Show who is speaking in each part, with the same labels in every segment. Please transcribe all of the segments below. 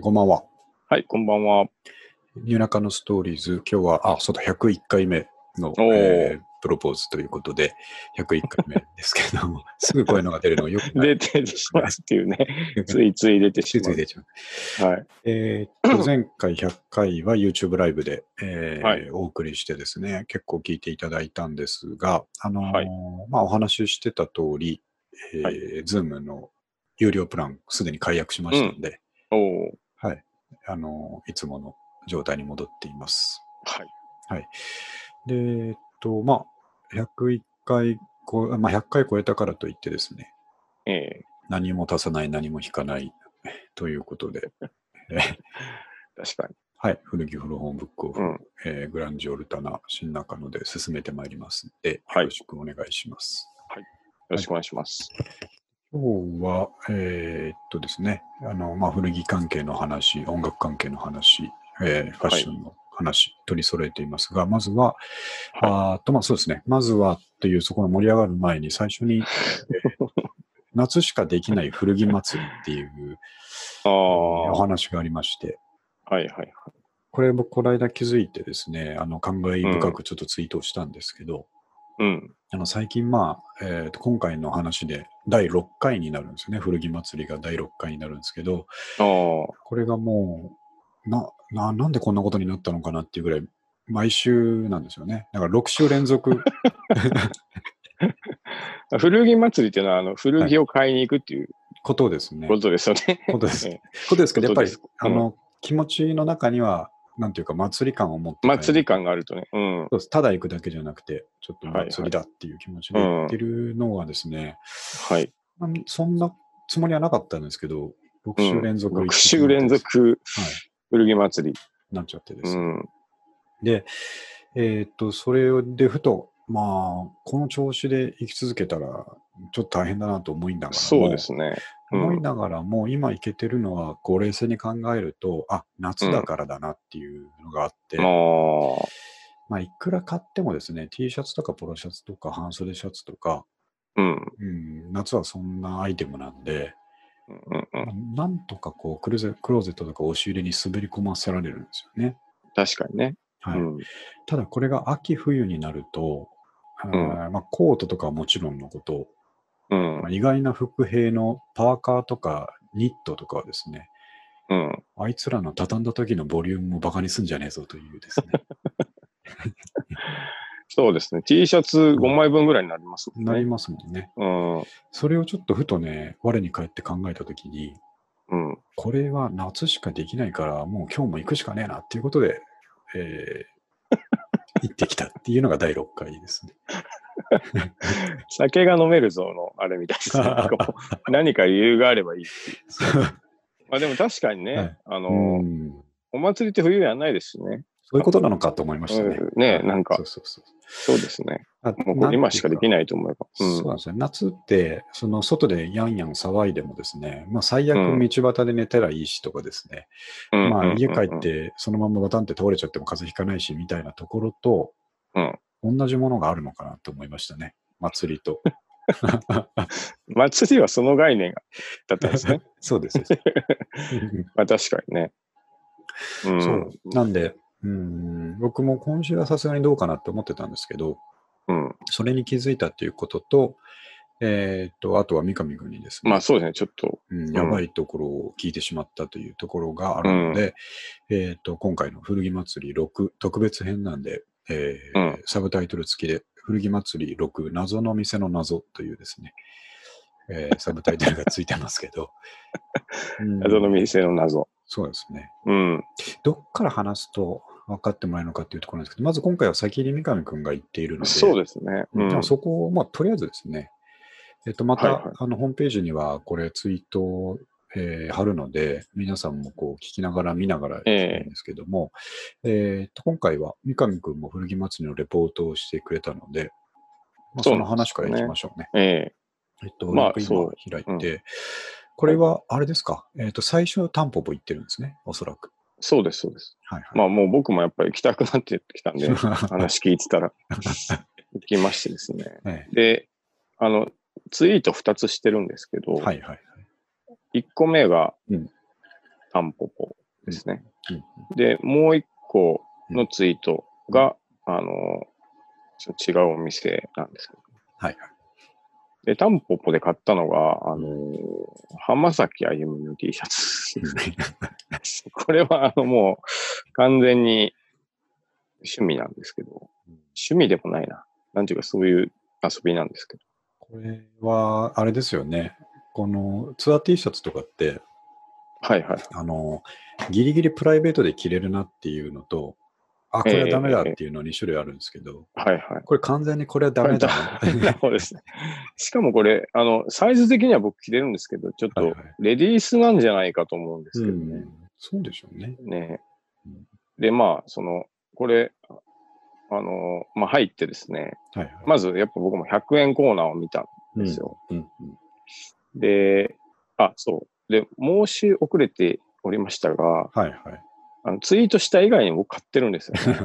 Speaker 1: こんばんは。
Speaker 2: はい、こんばんは。
Speaker 1: 夜中のストーリーズ、今日は、あ、そうだ、101回目の、
Speaker 2: おー
Speaker 1: えープロポーズということで、101回目ですけど も、すぐこういうのが出るのがよくない。
Speaker 2: 出てしまうっていうね、ついつい出てし
Speaker 1: つ
Speaker 2: ま
Speaker 1: い出ちゃう。
Speaker 2: う。はい。
Speaker 1: えーっと、前回100回は YouTube ライブで、えー
Speaker 2: はい
Speaker 1: お送りしてですね、結構聞いていただいたんですが、あのー
Speaker 2: はい
Speaker 1: まあ、お話ししてた通り、えー
Speaker 2: はい
Speaker 1: Zoom の有料プラン、すでに解約しましたので、
Speaker 2: おお。
Speaker 1: はい、あのーいつもの状態に戻っています。
Speaker 2: はい。
Speaker 1: で、えっと、まあ、101回こう、まあ、100回超えたからといってですね、
Speaker 2: ええ
Speaker 1: 何も足さない、何も引かないということで、えー
Speaker 2: 確か
Speaker 1: はい、古着古本ブックオフ、
Speaker 2: うん
Speaker 1: えーグランジオルタナ、新中野で進めてまいりますので、
Speaker 2: はい
Speaker 1: よろしくお願いします。
Speaker 2: に。よろしくお願いします。
Speaker 1: 今日は、えーっとですね、あのまあ、古着関係の話、音楽関係の話、えーファッションの話、取り揃えていますが、まずは、
Speaker 2: はい
Speaker 1: あーっとまあ、そうですね、まずはという、そこの盛り上がる前に、最初に、えー 夏しかできない古着祭りっていう
Speaker 2: ああ、
Speaker 1: お
Speaker 2: は
Speaker 1: 話がありまして、
Speaker 2: いはいはい。
Speaker 1: これ僕、この間気づいてですね、あの、感慨深くちょっとツイートをしたんですけど、
Speaker 2: うん。
Speaker 1: あの、最近、まあ、えーと今回の話で第6回になるんですよね。古着祭りが第6回になるんですけど、
Speaker 2: ああ、
Speaker 1: これがもう、な、ななんでこんなことになったのかなっていうぐらい、毎週なんですよね。だから6週連続、
Speaker 2: 古着祭りっていうのは、あの古着を買いに行くっていう
Speaker 1: ことですね。
Speaker 2: ことですよね。
Speaker 1: ことです
Speaker 2: ええ
Speaker 1: ことですけど、やっぱり
Speaker 2: こ、
Speaker 1: あ
Speaker 2: とです
Speaker 1: の、気持ちの中には、なんていうか、祭り感を持って。
Speaker 2: 祭り感があるとね。うん。
Speaker 1: そうですただ行くだけじゃなくて、ちょっと
Speaker 2: はいはい
Speaker 1: 祭りだっていう気持ちで行ってるのはですね、
Speaker 2: はい。
Speaker 1: あのそんなつもりはなかったんですけど、6週連続、
Speaker 2: 6週連続
Speaker 1: はい
Speaker 2: 古着祭り。
Speaker 1: なっちゃってで
Speaker 2: う
Speaker 1: す。
Speaker 2: ん。
Speaker 1: で、えーっと、それでふと、まあ、この調子で生き続けたら、ちょっと大変だなと思いながらも、
Speaker 2: そうですね。うん
Speaker 1: 思いながらも、今行けてるのは、こう冷静に考えると、あ、夏だからだなっていうのがあって、
Speaker 2: ああ、
Speaker 1: まあ、いくら買ってもですね、T シャツとかポロシャツとか半袖シャツとか、
Speaker 2: うん。
Speaker 1: うん、夏はそんなアイテムなんで、
Speaker 2: うんうんうん。
Speaker 1: なんとかこうクルゼクローゼットとか押し入れに滑り込ませられるんですよね。
Speaker 2: 確かにね。
Speaker 1: はい
Speaker 2: うん。
Speaker 1: ただこれが秋冬になると、あーまあ、コートとかはもちろんのこと、
Speaker 2: うん
Speaker 1: まあ、。意外な服兵のパーカーとかニットとかはですね、
Speaker 2: うん。
Speaker 1: あいつらの畳んだ時のボリュームをバカにすんじゃねえぞというですね、
Speaker 2: そうですね。T シャツ5枚分ぐらいになりますも
Speaker 1: なんり
Speaker 2: ね。
Speaker 1: ますもんね。
Speaker 2: うん。
Speaker 1: それをちょっとふとね、我に返って考えた時に、
Speaker 2: うん。
Speaker 1: これは夏しかできないから、もう今日も行くしかねえなっていうことで、え ー行ってきたっていうのが第6回ですね。
Speaker 2: 酒が飲めるぞのあれみたいですね こう何か理由があればいい。まあでも確かにね、
Speaker 1: はい
Speaker 2: あの、
Speaker 1: うん
Speaker 2: お祭りって冬やんないですしね。
Speaker 1: そういうことなのかと思いましたね。
Speaker 2: うんねなんか
Speaker 1: そうそうそう
Speaker 2: そうですね。
Speaker 1: あ
Speaker 2: もうこれ今しかでき
Speaker 1: い。
Speaker 2: ないと思えば。う
Speaker 1: そうなんですね。夏って、その外でやんやん騒いでもですね、まあ最悪
Speaker 2: うん
Speaker 1: 道端で寝たらいいしとかですね、
Speaker 2: ん
Speaker 1: まあ家帰っ。
Speaker 2: うん
Speaker 1: てそのままバタンって倒れちゃっても風邪ひかないしみたいなところと、同じものがあるのかなと思いましたね。祭りと。
Speaker 2: 祭りはその概念がだった んですね。
Speaker 1: そうです。
Speaker 2: まあ確かにね。うん。
Speaker 1: そう。なんで、うん、僕も今週はさすがにどうかなって思ってたんですけど、
Speaker 2: うん、
Speaker 1: それに気づいたっていうことと、えーっと、あとは三上君にですね、
Speaker 2: まあそうですね。ちょっと。
Speaker 1: うん、やばいところを聞いてしまったというところがあるので、えーっと、今回の古着祭り6特別編なんで、えー
Speaker 2: うん
Speaker 1: サブタイトル付きで、古着祭り6謎の店の謎というですね、えーサブタイトルがついてますけ ど、うん
Speaker 2: 謎の店の謎。
Speaker 1: そうですね。
Speaker 2: うん。
Speaker 1: どっから話すと分かってもらえるのかっていうところなんですけど、まず今回は先に三上君が言っているので、
Speaker 2: そうですね。う
Speaker 1: うん
Speaker 2: ん。
Speaker 1: でもそこを、まあ、とりあえずですね、えっと、また、
Speaker 2: はいはい
Speaker 1: あのホームページにはこれツイートを、えー貼るので、皆さんもこう聞きながら見ながら聞くんですけども、えーっと今回は三上君も古着祭りのレポートをしてくれたので、まあ、
Speaker 2: そ
Speaker 1: そ
Speaker 2: うなんですよね
Speaker 1: の話からいきましょうね。
Speaker 2: え
Speaker 1: え
Speaker 2: え
Speaker 1: っと、
Speaker 2: ま
Speaker 1: リン
Speaker 2: あ
Speaker 1: ク
Speaker 2: そ
Speaker 1: 今
Speaker 2: う
Speaker 1: 開いて、
Speaker 2: う
Speaker 1: これはあれですか、えーっと最初タンポポ行ってるんですね、おそらく。
Speaker 2: そうです、そうです。
Speaker 1: はいはい。
Speaker 2: まあもう僕もやっぱり行きたくなってきたんで、話聞いて たら行きましてですね。
Speaker 1: え
Speaker 2: で、あの、ツイート2つしてるんですけど、
Speaker 1: えはいはい。
Speaker 2: 1個目が、
Speaker 1: うん
Speaker 2: タンポポですね。
Speaker 1: うん
Speaker 2: で、もう一個のツイートが、あの、ちょっと違うお店なんですけど。
Speaker 1: はい。
Speaker 2: で、タンポポで買ったのが、あの、浜崎あゆみの T シャツ。 これは、あの、もう、完全に趣味なんですけど、趣味でもないな。なんていうか、そういう遊びなんですけど。
Speaker 1: これは、あれですよね。このツアー T シャツとかって、
Speaker 2: はいはい。
Speaker 1: あの、ギリギリプライベートで着れるなっていうのと、あ、これはダメだっていうの2種類あるんですけど、
Speaker 2: はいはい。
Speaker 1: これ完全にこれはダメだな。
Speaker 2: そうですね。しかもこれ、あの、サイズ的には僕着れるんですけど、ちょっ
Speaker 1: はい
Speaker 2: と
Speaker 1: はい
Speaker 2: レディースなんじゃないかと思うんですけ
Speaker 1: う
Speaker 2: どね。
Speaker 1: ん、そうでしょうね。
Speaker 2: ね
Speaker 1: うん
Speaker 2: で、まあ、その、これ、あの、まあ入ってですね、
Speaker 1: はいはい。
Speaker 2: まずやっぱ僕も100円コーナーを見たんですよ。
Speaker 1: うんうん
Speaker 2: で、あ、そう。で、申し遅れておりましたが、
Speaker 1: はい はい。
Speaker 2: あのツイートした以外に僕買ってるんですよ、 ね。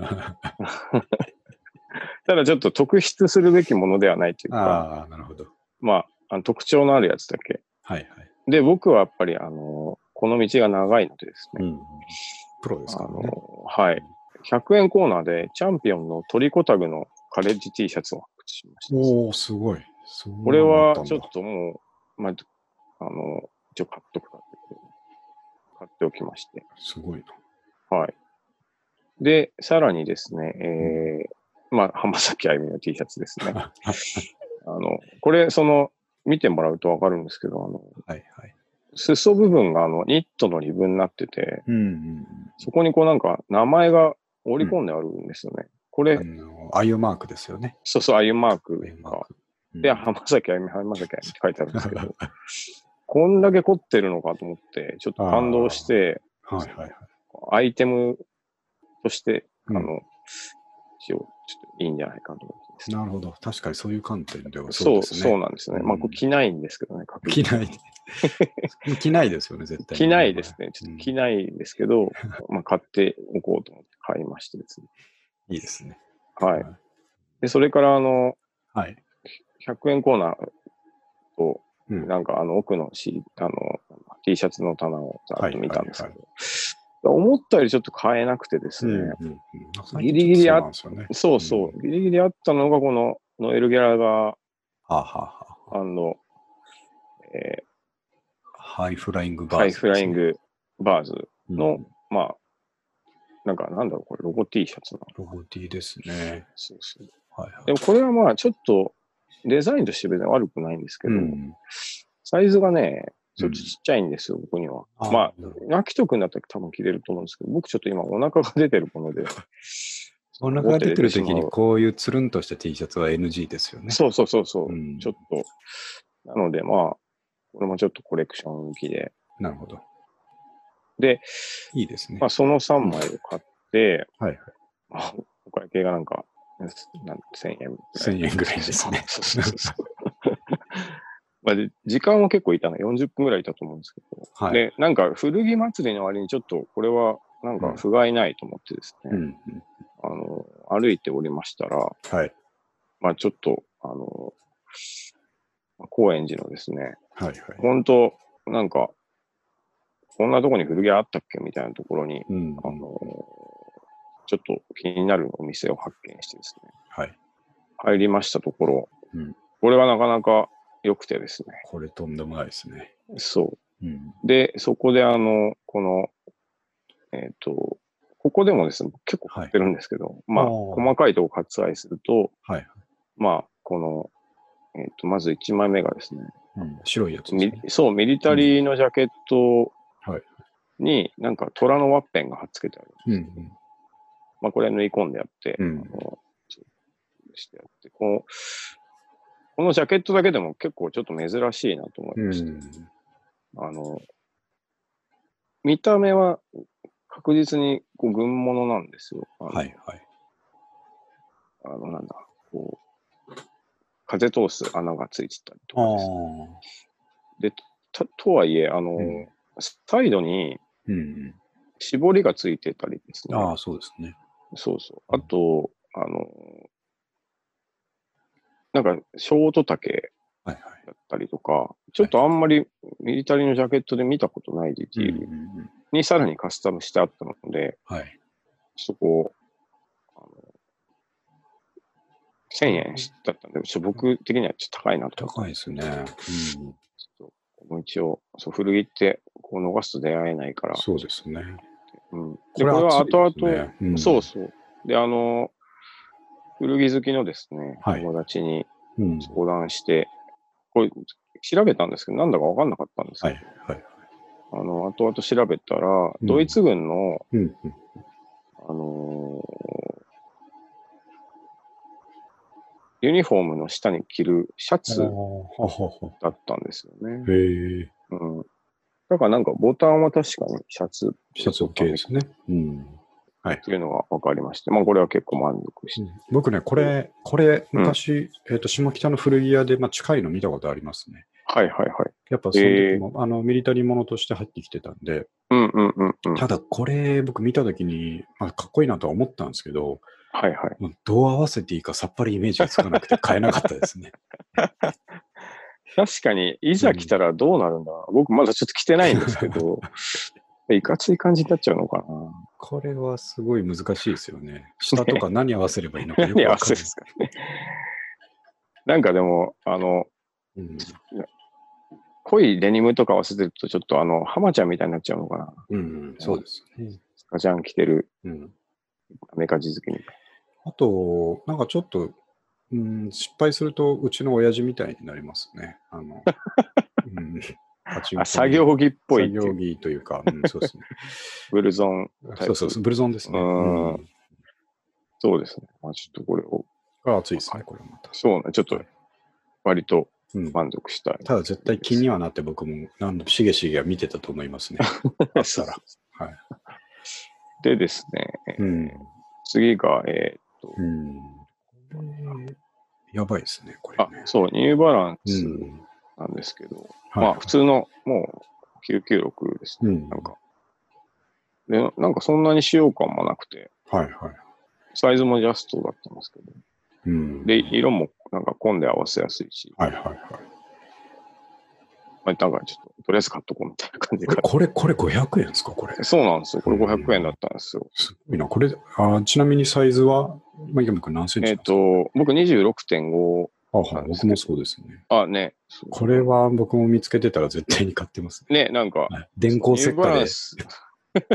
Speaker 2: ただちょっと特筆するべきものではないというか、
Speaker 1: ああ、なるほど。
Speaker 2: まあ、あの特徴のあるやつだけ。
Speaker 1: はいはい。
Speaker 2: で、僕はやっぱり、あの、この道が長いのでです
Speaker 1: う
Speaker 2: ね、
Speaker 1: ん、プロです
Speaker 2: あ
Speaker 1: からね。
Speaker 2: の、はい。100円コーナーでチャンピオンのトリコタグのカレッジ T シャツを発掘しました。
Speaker 1: おおすごい。そんなの
Speaker 2: これ
Speaker 1: あ
Speaker 2: は
Speaker 1: たんだ
Speaker 2: ちょっともう、まあ、あの、一応買っとくかって買っておきまして。
Speaker 1: すごい な。
Speaker 2: はい。で、さらにですね、えー、まあ、浜崎あゆみの T シャツですね。あの、これ、その、見てもらうとわかるんですけど、あの、
Speaker 1: はいはい。
Speaker 2: 裾部分があの、ニットのリブになってて、
Speaker 1: うんうん
Speaker 2: そこにこうなんか名前が織り込んであるんですよね。こ
Speaker 1: う
Speaker 2: れ
Speaker 1: ん。あ、の、あゆマークですよね。
Speaker 2: そうそう、あゆマーク
Speaker 1: あゆマー
Speaker 2: が、
Speaker 1: ク。うん
Speaker 2: で、浜崎あゆみ、浜崎あゆみって書いてあるんですけど、こんだけ凝ってるのかと思って、ちょっと感動して、
Speaker 1: はいはいはい。
Speaker 2: アイテムとして、あ
Speaker 1: うん
Speaker 2: の、一応、ちょっといいんじゃないかと思ってですね。
Speaker 1: なるほど。確かにそういう観点では
Speaker 2: そ
Speaker 1: そう
Speaker 2: う、
Speaker 1: ですね。
Speaker 2: そうなんですね。まあ、
Speaker 1: うん
Speaker 2: これ着ないんですけどね、確
Speaker 1: 着
Speaker 2: 実
Speaker 1: な
Speaker 2: に
Speaker 1: い。。 着ないですよね、絶対。
Speaker 2: 着ないです。ね。ちょ
Speaker 1: う
Speaker 2: っ
Speaker 1: ん
Speaker 2: と着ないです けど、まあ、買っておこうと思って買いましてですね。
Speaker 1: いいですね。
Speaker 2: はい。で、それから、あの、
Speaker 1: はい。
Speaker 2: 100円コーナーと、
Speaker 1: うん
Speaker 2: なんかあの奥のシあの T シャツの棚をざっと見たんですけ
Speaker 1: は
Speaker 2: ど、思ったよりちょっと買えなくてです
Speaker 1: うん
Speaker 2: ね、
Speaker 1: うんうん
Speaker 2: ギリギリ
Speaker 1: な
Speaker 2: あ
Speaker 1: んかそうなんですよね。
Speaker 2: そうそう、ギリギリあったのがこのノエル・ギャラガー
Speaker 1: はあはあは
Speaker 2: &え
Speaker 1: あハイフライング
Speaker 2: ー
Speaker 1: バー
Speaker 2: ハイ
Speaker 1: ズ
Speaker 2: フライン
Speaker 1: で
Speaker 2: グ・バーズ
Speaker 1: すね
Speaker 2: の
Speaker 1: うん、
Speaker 2: まあ、なんかなんだろう、これロゴ T シャツなの
Speaker 1: ロゴ T ですね。
Speaker 2: そうそう
Speaker 1: はいはい。
Speaker 2: でもこれはまあちょっとデザインとして別に悪くないんですけど、
Speaker 1: うん
Speaker 2: サイズがね、ちょっとちっちゃいんですよ、僕には。
Speaker 1: あ
Speaker 2: まあ、
Speaker 1: なるほ
Speaker 2: 泣きとくんだったら多分着れると思うんですけど、僕ちょっと今お腹が出てるもので、
Speaker 1: お腹が出てる
Speaker 2: 持
Speaker 1: 時
Speaker 2: って
Speaker 1: に
Speaker 2: しまう
Speaker 1: こういうつるんとした T シャツは NG ですよね。
Speaker 2: そうそうそうそう、
Speaker 1: うん
Speaker 2: ちょっと、なのでまあ、これもちょっとコレクション向きで、
Speaker 1: なるほど。
Speaker 2: で、
Speaker 1: いいですね。
Speaker 2: まあその3枚を買って、
Speaker 1: はいはい。
Speaker 2: まあお会計がなんか、なん1000円ぐらい。
Speaker 1: 1000円ぐらいですね
Speaker 2: そうそうそうそう。まあで時間は結構いたな、40分ぐらいいたと思うんですけど、
Speaker 1: はい
Speaker 2: で、なんか古着祭りの割にちょっとこれはなんか不甲斐ないと思ってですね、
Speaker 1: うんうん
Speaker 2: あの、歩いておりましたら、
Speaker 1: はい。
Speaker 2: まあちょっと、あの、まあ高円寺のですね、
Speaker 1: はいはい。
Speaker 2: 本当なんか、こんなとこに古着屋あったっけみたいなところに、
Speaker 1: うん
Speaker 2: あの、ちょっと気になるお店を発見してですね、
Speaker 1: はい。
Speaker 2: 入りましたところ、
Speaker 1: うん
Speaker 2: これがなかなか良くてですね、
Speaker 1: これとんでもないですね。
Speaker 2: そ
Speaker 1: うん。
Speaker 2: う。で、そこであの、この、えっ、と、ここでもですね、結構買ってるんですけど、まあ、
Speaker 1: おー
Speaker 2: 細かいとこ割愛すると、
Speaker 1: はいはい。
Speaker 2: まあ、この、えっ、と、まず1枚目がですね、
Speaker 1: うん、白いやつです
Speaker 2: ミ
Speaker 1: ね。
Speaker 2: そう、ミリタリーのジャケット
Speaker 1: うんはい
Speaker 2: に、なんか虎のワッペンが貼っつけてある。
Speaker 1: うんうん。
Speaker 2: まあ、これ縫い込んであって、
Speaker 1: うん
Speaker 2: あのそうしてあってこの、このジャケットだけでも結構ちょっと珍しいなと思いました。あの、見た目は確実にこう軍物なんですよ。あの
Speaker 1: はいはい。
Speaker 2: あの、なんだ、こう、風通す穴がついてたりと
Speaker 1: あ
Speaker 2: か
Speaker 1: あ
Speaker 2: ですね。で、ととはいえ、あの、
Speaker 1: うん
Speaker 2: サイドに
Speaker 1: ー。うん
Speaker 2: 絞りがついてたりです
Speaker 1: うん。
Speaker 2: ね。
Speaker 1: ああ、そうですね。
Speaker 2: そうそう。あと、あの、なんか、ショート丈
Speaker 1: はいはい。
Speaker 2: だったりとか、ちょっとあんまりミリタリーのジャケットで見たことないディティール
Speaker 1: うんうんうん
Speaker 2: にさらにカスタムしてあったので、
Speaker 1: はい。
Speaker 2: そこあの、1000円だったんで、ちょ僕的にはちょっと高いなと。
Speaker 1: 高いですね。うん、
Speaker 2: ちょっともう一応、そう古着ってこう逃すと出会えないから。
Speaker 1: そうですね。
Speaker 2: うん、でこれは
Speaker 1: 熱い
Speaker 2: 後
Speaker 1: です
Speaker 2: 々、
Speaker 1: ねうん
Speaker 2: そうそう。で、あの、古着好きのですね、
Speaker 1: はい
Speaker 2: 友達に
Speaker 1: うん。
Speaker 2: 相談して、これ調べたんですけど、なんだか分かんなかったんです
Speaker 1: は
Speaker 2: け
Speaker 1: い
Speaker 2: ど、
Speaker 1: はい。
Speaker 2: あの、後々調べたら、
Speaker 1: ん
Speaker 2: ドイツ軍の、
Speaker 1: うんうん。
Speaker 2: あのーユニフォームの下に着るシャツ
Speaker 1: あーははは
Speaker 2: だったんですよね。
Speaker 1: へえ。
Speaker 2: うん。だからなんかボタンは確かにシャツっ
Speaker 1: シャツ OK ですね。うん。
Speaker 2: ていうのが分かりまして、まあこれは結構満足して。
Speaker 1: 僕ね、これ、これ、
Speaker 2: うん
Speaker 1: 昔、えっと、下北の古着屋で、まあ、近いの見たことありますね。
Speaker 2: はいはいはい。
Speaker 1: やっぱ、その
Speaker 2: へ
Speaker 1: 時
Speaker 2: ー
Speaker 1: も、あの、ミリタリーものとして入ってきてたんで、
Speaker 2: うんうんうんうん。
Speaker 1: ただ、これ、僕見た時に、まあ、かっこいいなとは思ったんですけど、
Speaker 2: はいはい。
Speaker 1: まあどう合わせていいかさっぱりイメージがつかなくて買えなかったですね。
Speaker 2: 確かに、いざ来たらどうなるんだろう、僕まだちょっと着てないんですけ ど、いかつい感じになっちゃうのかな。
Speaker 1: これはすごい難しいですよね。下とか何合わせればいいのかよく
Speaker 2: 何合
Speaker 1: わ
Speaker 2: わ
Speaker 1: かんな
Speaker 2: せ
Speaker 1: い
Speaker 2: で。すかね。なんかでも、あの、
Speaker 1: うん
Speaker 2: 濃いデニムとか合わせてると、ちょっとあの、浜ちゃんみたいになっちゃうのかな。
Speaker 1: うん、そうですね。
Speaker 2: スカジャン着てる
Speaker 1: うん
Speaker 2: アメカジ好きに。
Speaker 1: あと、なんかちょっと、うん、失敗すると、うちの親父みたいになりますね。あ の、うん、パチンコの
Speaker 2: あ、作業着っぽいってい
Speaker 1: 作業
Speaker 2: う。
Speaker 1: 着というか、うん、そう ですね。
Speaker 2: ブルゾン。タイプ
Speaker 1: そうそうそう、ブルゾンですね。
Speaker 2: うん
Speaker 1: うん
Speaker 2: そうですね。まあちょっとこれを、
Speaker 1: これは熱いですね、これはまた。
Speaker 2: そうね、ちょっと割と
Speaker 1: うん
Speaker 2: 満足したい。
Speaker 1: ただ絶対気にはなって僕も何度もしげしげは見てたと思い ますね。あったら。はい。
Speaker 2: でですね、えー
Speaker 1: うん。
Speaker 2: 次が、え
Speaker 1: うん。やばいですね、こ
Speaker 2: ー
Speaker 1: れ
Speaker 2: あ
Speaker 1: ね。、
Speaker 2: そう、ニューバランス
Speaker 1: うん。
Speaker 2: なんですけど、
Speaker 1: はい
Speaker 2: まあ普通のもう996ですね。
Speaker 1: うん
Speaker 2: なんか。で、なんかそんなに使用感もなくて、
Speaker 1: はいはい。
Speaker 2: サイズもジャストだったんですけど、
Speaker 1: うん。
Speaker 2: で、色もなんか混んで合わせやすいし、
Speaker 1: はいはいはい。
Speaker 2: まあ、なんかちょっと、とりあえず買っとこうみたいな感じで
Speaker 1: え
Speaker 2: 買
Speaker 1: これ、これ500円ですか、これ
Speaker 2: っ。そうなんですよ。これ500円だったんですよ。
Speaker 1: すごいな。これ、あちなみにサイズは、まあ、池上君何センチな
Speaker 2: えっ、
Speaker 1: んですか、
Speaker 2: と、僕26.5、
Speaker 1: あはい僕もそうですね。
Speaker 2: あ、ね、そう
Speaker 1: これは僕も見つけてたら絶対に買ってますね。
Speaker 2: ね、なんか、
Speaker 1: はい電光石
Speaker 2: ニューバ
Speaker 1: 火
Speaker 2: ラ
Speaker 1: で
Speaker 2: ン。ス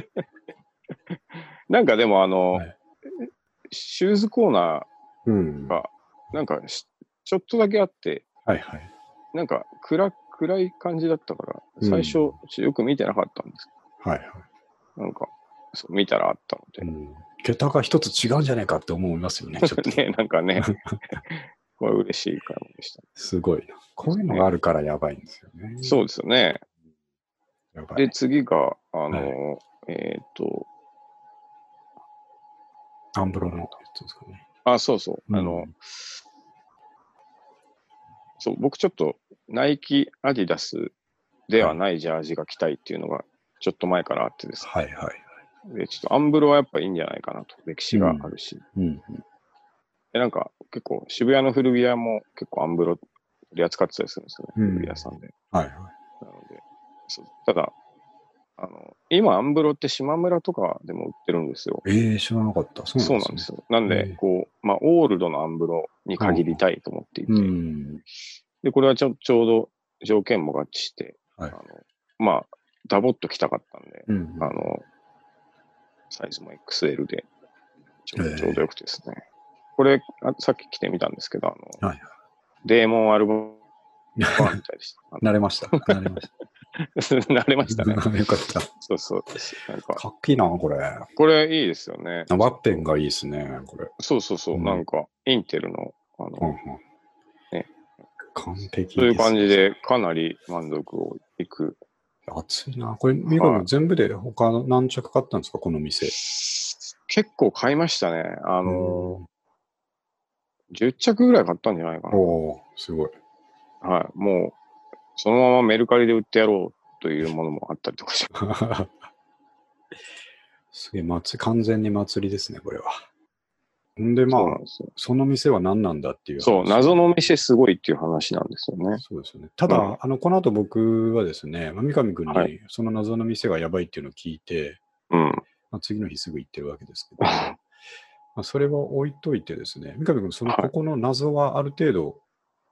Speaker 2: なんかでも、あの、
Speaker 1: はい
Speaker 2: シューズコーナ
Speaker 1: うん。
Speaker 2: ー
Speaker 1: は
Speaker 2: が、なんかし、ちょっとだけあって、
Speaker 1: いはい。
Speaker 2: なんか暗、暗い感じだったから、
Speaker 1: うん
Speaker 2: 最初、よく見てなかったんです
Speaker 1: はいはい。
Speaker 2: けど、なんか、そう見たらあったので
Speaker 1: う、ん、桁が一つ違うんじゃないかって思いますよね、ちょっと。
Speaker 2: ね、なん かね、これ嬉しい買い物でした。
Speaker 1: すごいな。こういうのがあるからやばいんですよね。
Speaker 2: そうですよね。
Speaker 1: やば
Speaker 2: で、
Speaker 1: い。
Speaker 2: 次が、あの、えっ、と、
Speaker 1: アンブロのやつですかね。
Speaker 2: あ、そうそうう、
Speaker 1: ん
Speaker 2: あの、そう、僕ちょっと、ナイキ、アディダスではないジャージが着たいっていうのが、ちょっと前からあってです
Speaker 1: はいはい。
Speaker 2: ね。で、ちょっとアンブロはやっぱいいんじゃないかなと、歴史があるし。
Speaker 1: うん。
Speaker 2: で、なんか、結構、渋谷の古着屋も結構アンブロ取り扱ってたりするんですよね、
Speaker 1: うん
Speaker 2: 古着屋さんで。
Speaker 1: はいはい。
Speaker 2: なので、そうただ、あの、今、アンブロって島村とかでも売ってるんですよ。
Speaker 1: ええー、知らなかった。そう
Speaker 2: そう
Speaker 1: な
Speaker 2: な
Speaker 1: ん
Speaker 2: んで
Speaker 1: です
Speaker 2: すよ。なん
Speaker 1: ええ
Speaker 2: で、こう、まあ、オールドのアンブロに限りたいと思っていて、
Speaker 1: ね。うん。
Speaker 2: で、これはちょちょうど条件も合致して、
Speaker 1: はい
Speaker 2: あのまあ、ダボっと着たかったんで、
Speaker 1: うん
Speaker 2: あの、サイズも XL でちょう
Speaker 1: ええ
Speaker 2: ど、ちょうどよくてですね。これあ、さっき着てみたんですけど、あの、
Speaker 1: はいはい
Speaker 2: デーモンアルバムみたいでし
Speaker 1: 慣れました。慣れました。
Speaker 2: た。 慣れまし たね。
Speaker 1: よかった。
Speaker 2: そうそう。なんか、
Speaker 1: かっけえな、これ。ワ
Speaker 2: これいいですよね。
Speaker 1: ッペンがいいですね、これ。
Speaker 2: そうそうそう。
Speaker 1: うん
Speaker 2: なんか、インテルの、あの、
Speaker 1: うんうん
Speaker 2: ね
Speaker 1: 完璧
Speaker 2: そういう感じ
Speaker 1: すね。
Speaker 2: で、かなり満足をいく。
Speaker 1: 熱いな。これ、三上
Speaker 2: は
Speaker 1: 君全部で他の何着買ったんですか、この店。
Speaker 2: 結構買いましたね。あ
Speaker 1: あ
Speaker 2: の、10着ぐらい買ったんじゃないか
Speaker 1: おおーすごい。
Speaker 2: な。はい。もう、そのままメルカリで売ってやろうというものもあったりとかして。
Speaker 1: すげえ、祭り、完全に祭りですね、これは。んでま
Speaker 2: そう
Speaker 1: あ
Speaker 2: な、んですよ。
Speaker 1: その店は何なんだっていう話。
Speaker 2: そう、謎の飯すごいっていう話なんですよね。
Speaker 1: そうですよね。ただ、
Speaker 2: うん
Speaker 1: あの、この後僕はですね、まあ三上君
Speaker 2: は
Speaker 1: にその謎の店がやばいっていうのを聞いて、
Speaker 2: うん。
Speaker 1: まあ、次の日すぐ行ってるわけですけ ど、まあそれは置いといてですね、三上君、その
Speaker 2: はい
Speaker 1: ここの謎はある程度、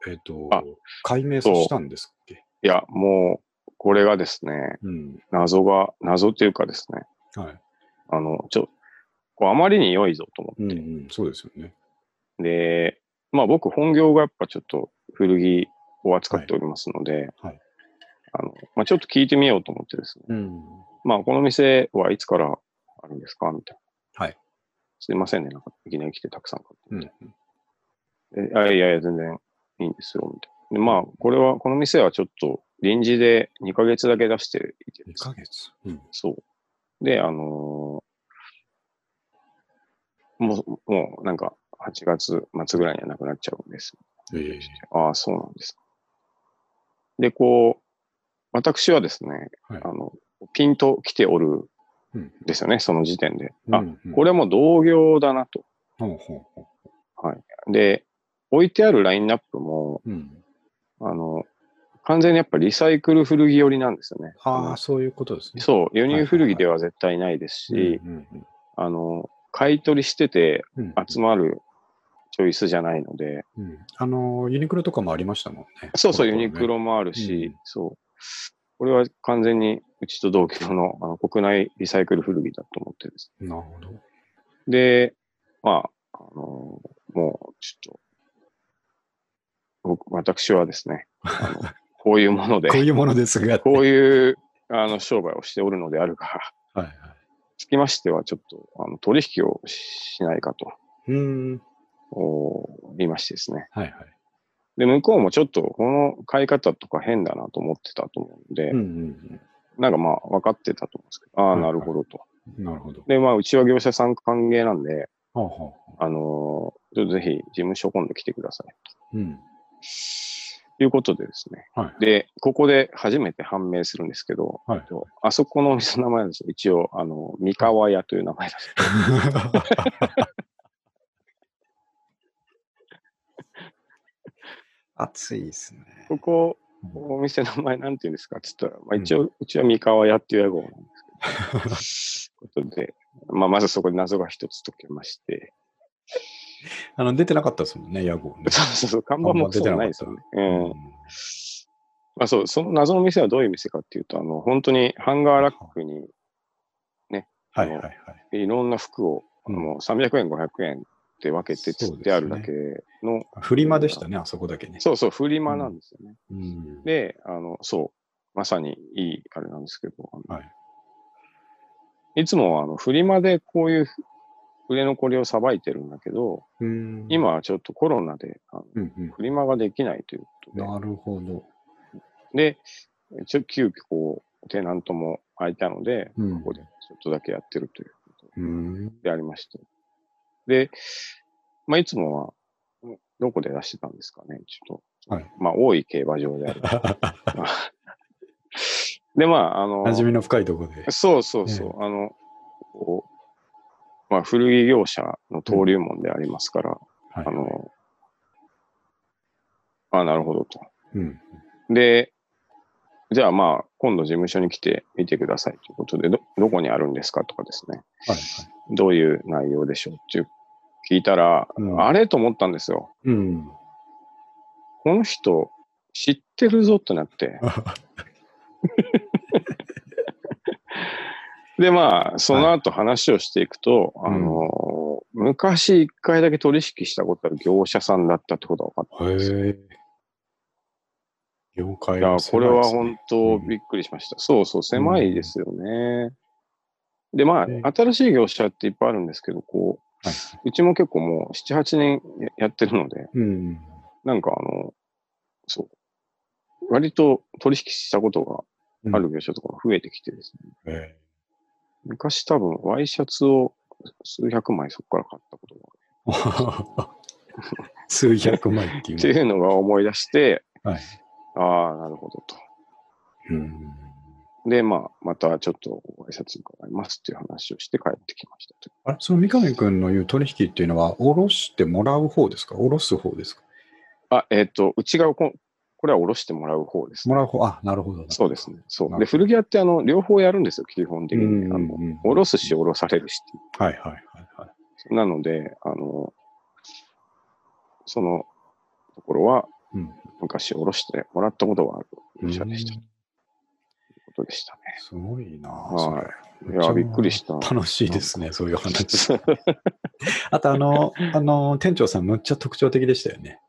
Speaker 1: えっ、と
Speaker 2: あ、
Speaker 1: 解明させたんですっけ
Speaker 2: いや、もう、これがですね、
Speaker 1: うん。
Speaker 2: 謎が、謎というかですね、
Speaker 1: はい。
Speaker 2: あの、ちょ、こうあまりに良いぞと思
Speaker 1: うん
Speaker 2: って。
Speaker 1: うん、そうですよね。
Speaker 2: で、まあ僕、本業がやっぱちょっと古着を扱っておりますので、
Speaker 1: はいはい
Speaker 2: あのまあ、ちょっと聞いてみようと思ってですね、
Speaker 1: うん。
Speaker 2: まあこの店はいつからあるんですかみたいな。
Speaker 1: はい。
Speaker 2: すいませんね、なんかいきなり来てたくさん買って
Speaker 1: うん
Speaker 2: みたいな。えあいやいや、全然いいんですよ、みたいな。で、まあ、これは、この店はちょっと臨時で2ヶ月だけ出していて
Speaker 1: 2ヶ月。うん。
Speaker 2: そう。で、あのーもう、もうなんか8月末ぐらいにはなくなっちゃうんです。
Speaker 1: ええ
Speaker 2: ああ、そうなんです。で、こう、私はですね、
Speaker 1: はい
Speaker 2: あの、ピンと来ておる
Speaker 1: うん
Speaker 2: んですよね、その時点で。あ、
Speaker 1: うんうん
Speaker 2: これはもう同業だなと。
Speaker 1: ほうほうほ
Speaker 2: で、置いてあるラインナップも、
Speaker 1: う。うん。
Speaker 2: あの、完全にやっぱリサイクル古着寄りなんですよね。
Speaker 1: ああ、そういうことですね。
Speaker 2: そう、輸
Speaker 1: はいはいは
Speaker 2: 入
Speaker 1: い
Speaker 2: 古着では絶対ないですし、
Speaker 1: うんうん
Speaker 2: あの、買い取りしてて
Speaker 1: うんうん
Speaker 2: 集まるチョイスじゃないので、
Speaker 1: うんあの、ユニクロとかもありましたもんね。
Speaker 2: そうそう、
Speaker 1: こ
Speaker 2: ユ
Speaker 1: の頃ね
Speaker 2: ニク。ロもあるし、
Speaker 1: うん
Speaker 2: そう。これは完全にうちと同居のあの国内リサイクル古着だと思ってるんです。
Speaker 1: なるほど。
Speaker 2: で、まあ、あのもうちょっと、僕、私はですね、あのこういうもの で、
Speaker 1: こういうものですが。
Speaker 2: こういうあの商売をしておるのであるから、
Speaker 1: はいはい。
Speaker 2: つきましてはちょっとあの取引をしないかと
Speaker 1: うーん。
Speaker 2: お言いましてですね。
Speaker 1: はいはい。
Speaker 2: で、向こうもちょっとこの買い方とか変だなと思ってたと思うんで、
Speaker 1: うんうん
Speaker 2: なんかまあ分かってたと思うんですけど、ああ、
Speaker 1: はいは
Speaker 2: ないるほどと。
Speaker 1: うん。なるほど。
Speaker 2: で、まあ、うちは業者さん歓迎なんで、
Speaker 1: はあはあ。
Speaker 2: あのーちょっとぜひ事務所今度来てください。
Speaker 1: うん。
Speaker 2: ということでですね。
Speaker 1: はい。
Speaker 2: で、ここで初めて判明するんですけど、
Speaker 1: はい
Speaker 2: とあそこのお店の名前なんですよ。一応、あの、三河屋という名前です。
Speaker 1: 暑いですね。
Speaker 2: ここ、
Speaker 1: うん
Speaker 2: お店の名前なんて言うんですかつったら、まあ、一応、うちは三河屋っていう屋号なんです けど。ということで、まあ、まずそこで謎が一つ解けまして、
Speaker 1: あの出てなかったですもんね、屋号ね。
Speaker 2: そうそうそう、看板もそうないですよね。う。
Speaker 1: うん
Speaker 2: まあそう、その謎の店はどういう店かっていうと、あの、本当にハンガーラックに
Speaker 1: はいはいはい。
Speaker 2: いろんな服を、
Speaker 1: うん
Speaker 2: もう300円、500円って分けてつってあるだけの、
Speaker 1: フリマでしたね、あそこだけね。
Speaker 2: そうそう、フリマなんですよね。
Speaker 1: うん
Speaker 2: で、あの、そう、まさにいいあれなんですけど、あの
Speaker 1: はい
Speaker 2: いつもはあのフリマでこういう売れ残りをさばいてるんだけど、
Speaker 1: うん、
Speaker 2: 今はちょっとコロナであの
Speaker 1: うんうん
Speaker 2: フリマができないということで、
Speaker 1: なるほど。
Speaker 2: で、ちょ急遽こう、テナントも空いたので、
Speaker 1: うん
Speaker 2: ここでちょっとだけやってるという
Speaker 1: うん
Speaker 2: でありまして。で、まあ、いつもは、んどこで出してたんですかね、ちょっと。
Speaker 1: はい
Speaker 2: まあ、多い競馬場であ る。で、まあ、あの、
Speaker 1: 馴染みの深いところで。
Speaker 2: そうそうそう、あの、こう、まあ、古着業者の登竜門でありますから、
Speaker 1: はい
Speaker 2: あの、ああ、なるほどと。
Speaker 1: うん
Speaker 2: で、じゃあまあ、今度事務所に来てみてくださいということで、ど、どこにあるんですかとかですね、
Speaker 1: はいはい
Speaker 2: どういう内容でしょうっていう聞いたら、
Speaker 1: うん
Speaker 2: あれと思ったんですよ。
Speaker 1: うん、
Speaker 2: この人、知ってるぞってなって。で、まあ、その後話をしていくと、
Speaker 1: い
Speaker 2: あの、昔一回だけ取引したことある業者さんだったってことが分かったんですよ。
Speaker 1: へえ。業界
Speaker 2: いや
Speaker 1: が、
Speaker 2: こ
Speaker 1: 狭
Speaker 2: れ
Speaker 1: いで
Speaker 2: は
Speaker 1: すね
Speaker 2: 本当びっくりしました。そうそう、狭いですよね。で、ま
Speaker 1: ね
Speaker 2: あ、新しい業者っていっぱいあるんですけど、こ、
Speaker 1: はいう
Speaker 2: うちも結構もう7、8年やってるので、
Speaker 1: うん。
Speaker 2: なんかあの、そう、割と取引したことがある業者とかが増えてきてですね、
Speaker 1: え
Speaker 2: 昔多分ワイシャツを数百枚そこから買ったことがある
Speaker 1: ー 数百枚ってい
Speaker 2: って
Speaker 1: う
Speaker 2: いうのが思い出して、
Speaker 1: の。はい。
Speaker 2: ああ、なるほどと。
Speaker 1: うん。
Speaker 2: で、まあ、またちょっとご挨拶伺いますっていう話をして帰ってきましたと。
Speaker 1: あれその三上君の言う取引っていうのは、下ろしてもらう方ですか下ろす方ですか
Speaker 2: あ、えっ、と、うちがこ、これは下ろしてもらう方です、ね。
Speaker 1: もらう方、あ、なるほど。
Speaker 2: そうですね。そ
Speaker 1: な
Speaker 2: う。
Speaker 1: る
Speaker 2: で、
Speaker 1: ほ
Speaker 2: 古着屋って、あの、両方やるんですよ、基本的に。
Speaker 1: う
Speaker 2: あ
Speaker 1: んう
Speaker 2: の
Speaker 1: んうん、
Speaker 2: 下ろすし、下ろされるしっていう。
Speaker 1: はいはいはいはい。
Speaker 2: なので、あの、そのところは
Speaker 1: うん
Speaker 2: 昔おろしてもらったことがある社
Speaker 1: うん
Speaker 2: でしたということでしたね。
Speaker 1: すごいなあそ
Speaker 2: は
Speaker 1: れ
Speaker 2: い。いや、びっくりした。
Speaker 1: 楽しいですね、そういう 話。あと、あの、あの、店長さん、むっちゃ特徴的でしたよね。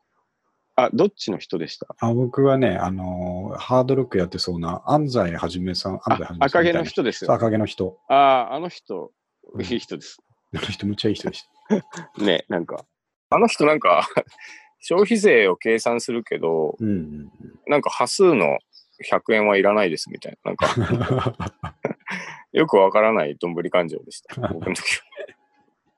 Speaker 2: あ、どっちの人でした
Speaker 1: あ僕はね、あの、ハードロックやってそうな、安西はじめさん、安西はじめさ
Speaker 2: あ
Speaker 1: んみたいな。
Speaker 2: 赤毛の人です
Speaker 1: そう
Speaker 2: よ。
Speaker 1: 赤毛の人。
Speaker 2: ああ、あの人
Speaker 1: う、ん
Speaker 2: いい人です。
Speaker 1: あの人、むっちゃいい人でした。
Speaker 2: ね、なんか。あの人なんか、 消費税を計算するけど、
Speaker 1: うんうんうん。
Speaker 2: なんか端数の100円はいらないですみたいな。なんか、 よくわからないどんぶり勘定でした。僕 の時は。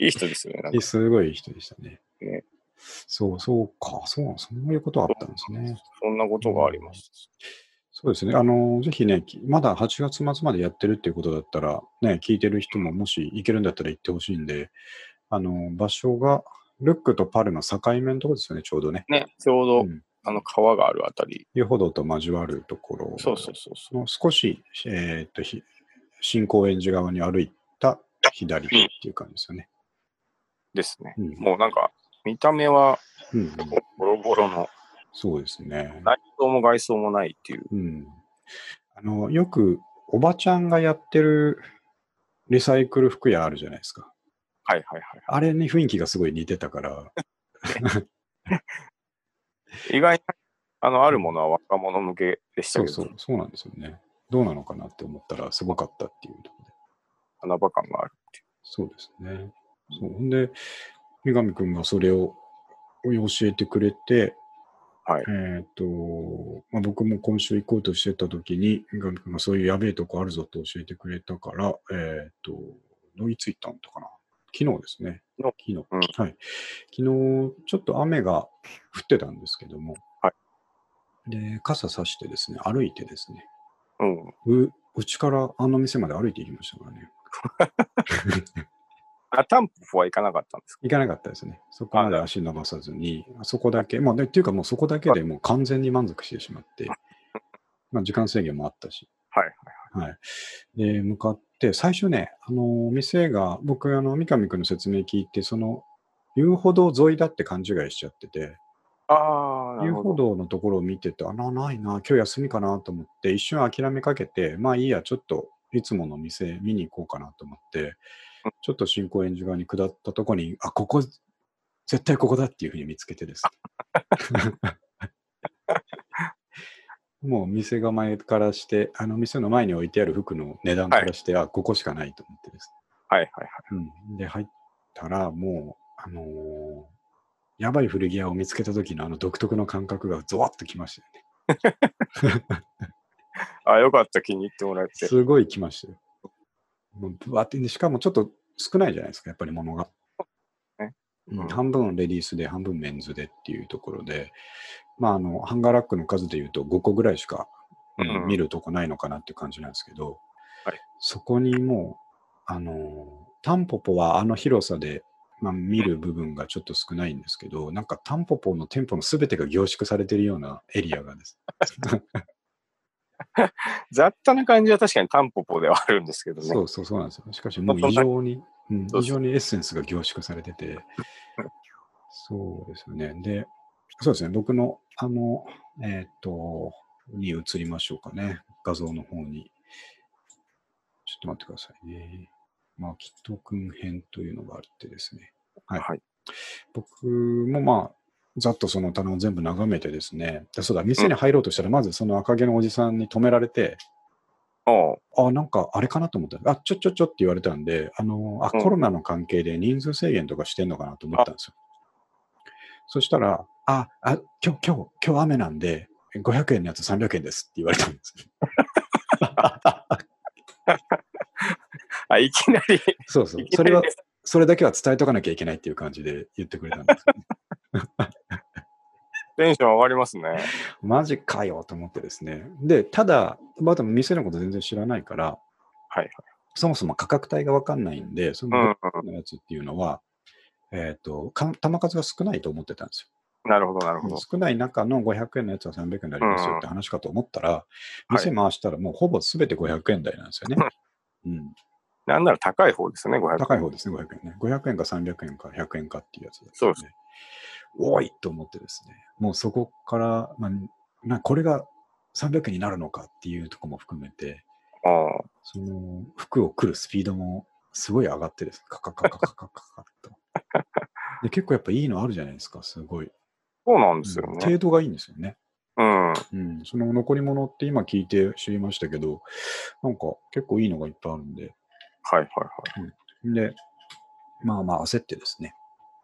Speaker 2: いい人ですよね。なんか
Speaker 1: えすごいいい人でしたね。
Speaker 2: ね
Speaker 1: そう、そうか、そうなん、そういうことあったんですね。
Speaker 2: そんなことがありました。
Speaker 1: そうですね。あの、ぜひね、きまだ8月末までやってるっていうことだったら、ね、聞いてる人ももし行けるんだったら行ってほしいんで、あの、場所が、ルックとパルの境目のところですよね、ちょうどね。
Speaker 2: ね、ちょうど、
Speaker 1: うん
Speaker 2: あの川があるあたり。
Speaker 1: 遊歩道と交わるところ。
Speaker 2: そうそうそうそう。
Speaker 1: の少し、えーっと、ひ新高円寺側に歩いた左手っていう感じですよね。
Speaker 2: ですね。
Speaker 1: うん
Speaker 2: もうなんか、見た目は
Speaker 1: うんうん、
Speaker 2: ボロボロの、
Speaker 1: そうですね。
Speaker 2: 内装も外装もないっていう。
Speaker 1: うん、あのよくおばちゃんがやってるリサイクル服屋あるじゃないですか。
Speaker 2: はいはいはい
Speaker 1: あれに雰囲気がすごい似てたから、
Speaker 2: はい。意外に、あの、あるものは若者向けでした
Speaker 1: そ
Speaker 2: け
Speaker 1: う
Speaker 2: ど、
Speaker 1: そう、そうなんですよね。どうなのかなって思ったら、すごかったっていうところで。
Speaker 2: 穴場感がある。
Speaker 1: そうですね。そうほんで、三上君がそれを教えてくれて、
Speaker 2: はい
Speaker 1: えーっとまあ、僕も今週行こうとしてた時に、三上君がそういうやべえとこあるぞと教えてくれたから、えーっと、どいつ行ったのとかな。昨日ですね。
Speaker 2: 昨
Speaker 1: 昨日、はい。昨日、ちょっと雨が降ってたんですけども、
Speaker 2: は
Speaker 1: で、傘さしてですね、歩いてですね、
Speaker 2: うん。
Speaker 1: う、うちからあの店まで歩いていきましたからね。
Speaker 2: あ、タンポポは行かなかったんですか
Speaker 1: 行かなかったですね。そこまで足伸ばさずに、あそこだけ、まあ、でっていうかもうそこだけでもう完全に満足してしまって、まあ、時間制限もあったし、
Speaker 2: はいはい。
Speaker 1: はい。で、向かって、最初ね、あの、店が、僕、あの、三上君の説明聞いて、その、遊歩道沿いだって勘違いしちゃってて、
Speaker 2: ああ、な
Speaker 1: 遊
Speaker 2: る
Speaker 1: 歩
Speaker 2: ほど。
Speaker 1: 道のところを見てて、あな、ないな、今日休みかなと思って、一瞬諦めかけて、まあいいや、ちょっといつもの店見に行こうかなと思って
Speaker 2: うん、
Speaker 1: ちょっと新高円寺側に下ったとこに、あ、ここ、絶対ここだっていうふうに見つけてですね。 もう店構えからして、あの店の前に置いてある服の値段からして、あ、ここしかないと思ってですね
Speaker 2: はいはいはい。
Speaker 1: うん、で、入ったら、もう、あのーやばい古着屋を見つけた時のあの独特の感覚がゾワッときましたよね。
Speaker 2: あよかった、気に入ってもらえて。
Speaker 1: すごい来ましたよ。もうぶわって、でしかもちょっと少ないじゃないですか、やっぱり物が。
Speaker 2: ね
Speaker 1: うん
Speaker 2: うん
Speaker 1: 半分レディースで、半分メンズでっていうところで、まあ、あの、ハンガーラックの数でいうと5個ぐらいしか、うん
Speaker 2: うん
Speaker 1: 見るとこないのかなっていう感じなんですけど、
Speaker 2: はい
Speaker 1: そこにもう、あのー、タンポポはあの広さで、まあ、見る部分がちょっと少ないんですけど、なんかタンポポの店舗の全てが凝縮されてるようなエリアがです。
Speaker 2: 雑多な感じは確かにタンポポではあるんですけどね。
Speaker 1: そうそうそうなんですよ。しかし、もう異常に、うん
Speaker 2: そうそう
Speaker 1: 異常にエッセンスが凝縮されてて、そうですよね。で、そうですね、僕の、あの、えーっと、に移りましょうかね。画像の方に。ちょっと待ってくださいね。まあ、きっとくん編というのがあってですね。はい。
Speaker 2: はい
Speaker 1: 僕もまあ、ざっとその棚を全部眺めてですね、でそうだ、店に入ろうとしたら、まずその赤毛のおじさんに止められて、
Speaker 2: おう
Speaker 1: あ、なんかあれかなと思った。あ、ちょちょちょって言われたんで、あの、あ、
Speaker 2: うん
Speaker 1: コロナの関係で人数制限とかしてんのかなと思ったんですよ。そしたら、あ、あ、今日、今日、今日雨なんで、500円のやつ300円ですって言われたんです。
Speaker 2: あ、いきなり、
Speaker 1: そうそう
Speaker 2: い。き
Speaker 1: そ
Speaker 2: な
Speaker 1: れ
Speaker 2: り
Speaker 1: は
Speaker 2: で、す
Speaker 1: それだけは伝えとかなきゃいけないっていう感じで言ってくれたんです。
Speaker 2: テンション上がりますね。
Speaker 1: マジかよと思ってですね。で、ただ、バートも店のこと全然知らないから、
Speaker 2: はいはい。
Speaker 1: そもそも価格帯がわかんないんで、そうの
Speaker 2: ん、
Speaker 1: 僕のやつっていうのは、えっ、と、か玉数が少ないと思ってたんです
Speaker 2: なるほど、なるほど
Speaker 1: よ。。少ない中の500円のやつは300円になりますよって話かと思ったら、
Speaker 2: うん
Speaker 1: 店回したらもうほぼ全て500円台なんですよね。うん、
Speaker 2: なんなら高い方ですね、500円。
Speaker 1: 高い方ですね、500円ね。500円か300円か100円かっていうやつです、ね。
Speaker 2: そうです
Speaker 1: ね。おいと思ってですね、もうそこから、まあ、なこれが300円になるのかっていうとこも含めて、
Speaker 2: あ
Speaker 1: その服を来るスピードもすごい上がってですね、カカカカカカカカッと。で結構やっぱいいのあるじゃないですか、すごい。
Speaker 2: そうなんですよ
Speaker 1: うん
Speaker 2: ね。
Speaker 1: 程度がいいんですよね。
Speaker 2: う
Speaker 1: う
Speaker 2: ん。
Speaker 1: ん、その残り物って今聞いて知りましたけど、なんか結構いいのがいっぱいあるんで、
Speaker 2: はいはいはい。
Speaker 1: で、まあまあ焦ってですね。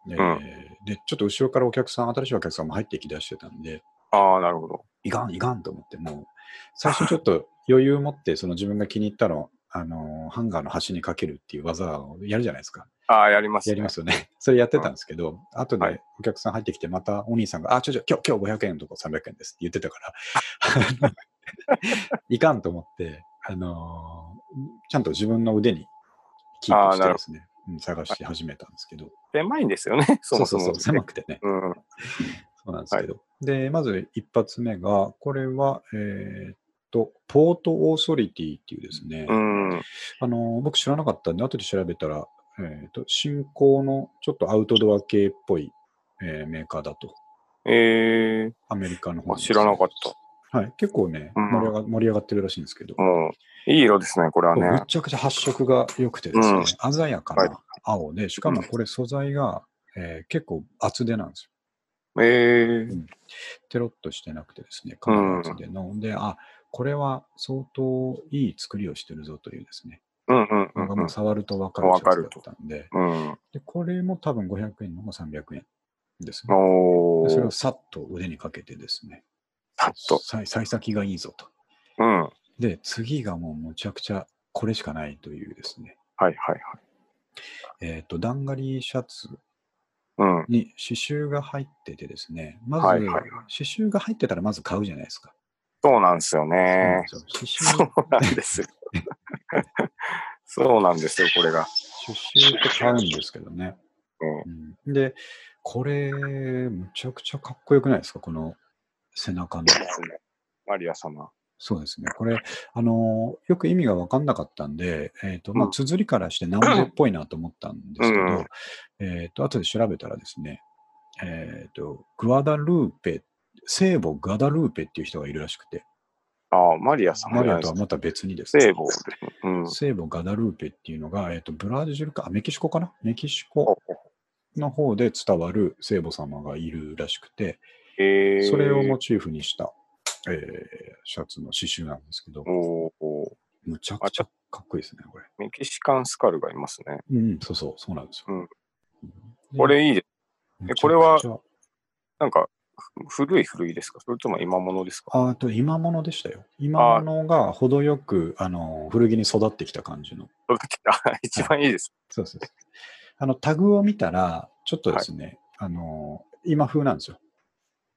Speaker 1: で、
Speaker 2: うん
Speaker 1: でちょっと後ろからお客さん、新しいお客さんも入ってきだしてたんで、
Speaker 2: ああ、なるほど。
Speaker 1: いかん、いかんと思って、もう、最初ちょっと余裕を持って、その自分が気に入ったの、あのーハンガーの端にかけるっていう技をやるじゃないですか。
Speaker 2: ああ、やります、ね。
Speaker 1: やりますよね。 それやってたんですけど、後
Speaker 2: は
Speaker 1: で
Speaker 2: い
Speaker 1: お客さん入ってきて、またお兄さんが、あ、ちょちょ、今日、今日500円のとこ300円ですって言ってたから、 あのいかんと思って、あのーちゃんと自分の腕にキープしてですね、うん探し始めたんですけど、
Speaker 2: 狭いんですよね、 そもそも。
Speaker 1: うそうそう、狭くてね。
Speaker 2: うん。
Speaker 1: そうなんですけど。で、まず一発目が、これは、えーっと、ポートオーソリティっていうですね、
Speaker 2: うん。
Speaker 1: あの僕知らなかったんで、後で調べたら、えー、と新興のちょっとアウトドア系っぽい、えーメーカーだと、
Speaker 2: ええ
Speaker 1: アメリカの方
Speaker 2: ー、
Speaker 1: です
Speaker 2: 知らなかっ
Speaker 1: はい、結構ね、
Speaker 2: うん
Speaker 1: 盛り上が、盛り上がってるらしいんですけど、
Speaker 2: た。もう、いい色ですね、これは
Speaker 1: こうめ
Speaker 2: ね。
Speaker 1: ちゃくちゃ発色が良くてですね、鮮やか
Speaker 2: はい
Speaker 1: な青で、しかもこれ素材が、えー結構厚手なんですよ。
Speaker 2: ええ
Speaker 1: テロッとしてなくてですね、かなり厚手の。で、あ、これは相当いい作りをしてるぞというですね、
Speaker 2: うんうんう
Speaker 1: なん
Speaker 2: ん
Speaker 1: か
Speaker 2: う
Speaker 1: も
Speaker 2: ん
Speaker 1: う。触ると分かる
Speaker 2: わか
Speaker 1: シャ
Speaker 2: る
Speaker 1: ツだったんで、
Speaker 2: うん。
Speaker 1: で、これも多分500円の方が300円ですね。
Speaker 2: お
Speaker 1: でそれ
Speaker 2: ー
Speaker 1: を、さっと腕にかけてですね、
Speaker 2: さっと。
Speaker 1: さい幸先がいいぞと。
Speaker 2: うん。はい
Speaker 1: で、次がもうむちゃくちゃこれしかないというですね、
Speaker 2: はいはい。
Speaker 1: えっ、と、ダンガリーシャツ
Speaker 2: うん。
Speaker 1: に刺繍が入っててですね、まず、
Speaker 2: はいはいはい
Speaker 1: 刺繍が入ってたらまず買うじゃないですか。
Speaker 2: そうなんですよ
Speaker 1: そうな
Speaker 2: ね
Speaker 1: ん。ですよ
Speaker 2: そ
Speaker 1: 刺
Speaker 2: うなんですよ。そうなんですよ、 これが。
Speaker 1: 繍、刺繍って買うんですけどね。
Speaker 2: うん
Speaker 1: うん、で、これ、むちゃくちゃかっこよくないですか、この背中の。
Speaker 2: マリア様。
Speaker 1: そうですね。これ、あのーよく意味が分かんなかったんで、えっ、と、まあ
Speaker 2: う、ん
Speaker 1: 綴りからして南米っぽいなと思ったんですけど、
Speaker 2: うん
Speaker 1: えっ、と、後で調べたらですね、えっ、と、グアダルーペ、聖母ガダルーペっていう人がいるらしくて、
Speaker 2: ああ、マリア様
Speaker 1: マ
Speaker 2: じ
Speaker 1: リ
Speaker 2: ゃな
Speaker 1: ア
Speaker 2: い
Speaker 1: と
Speaker 2: で
Speaker 1: は
Speaker 2: すか。
Speaker 1: また別にですね
Speaker 2: 聖母ですね。うん。
Speaker 1: 聖母ガダルーペっていうのが、えっ、と、ブラジルか、あメキシコかなメキシコの方で伝わる聖母様がいるらしくて、
Speaker 2: えー、
Speaker 1: それをモチーフにした、えーシャツの刺繍なんですけど、
Speaker 2: おー
Speaker 1: むちゃくちゃかっこいいですね、これ。
Speaker 2: メキシカンスカルがいますね。
Speaker 1: うん、そうそう、そうなんですよ。で
Speaker 2: こ、れいいです。
Speaker 1: めちゃくちゃ
Speaker 2: これはなんか、ふ古い古いですかそれとも今物ですか
Speaker 1: ああと、今物でしたよ。今物が程よく、あの、古着に育ってきた感じの。
Speaker 2: それだけあ一番いいです。
Speaker 1: そうそうそう。あの、タグを見たら、ちょっとですね、あの、今風なんですよ。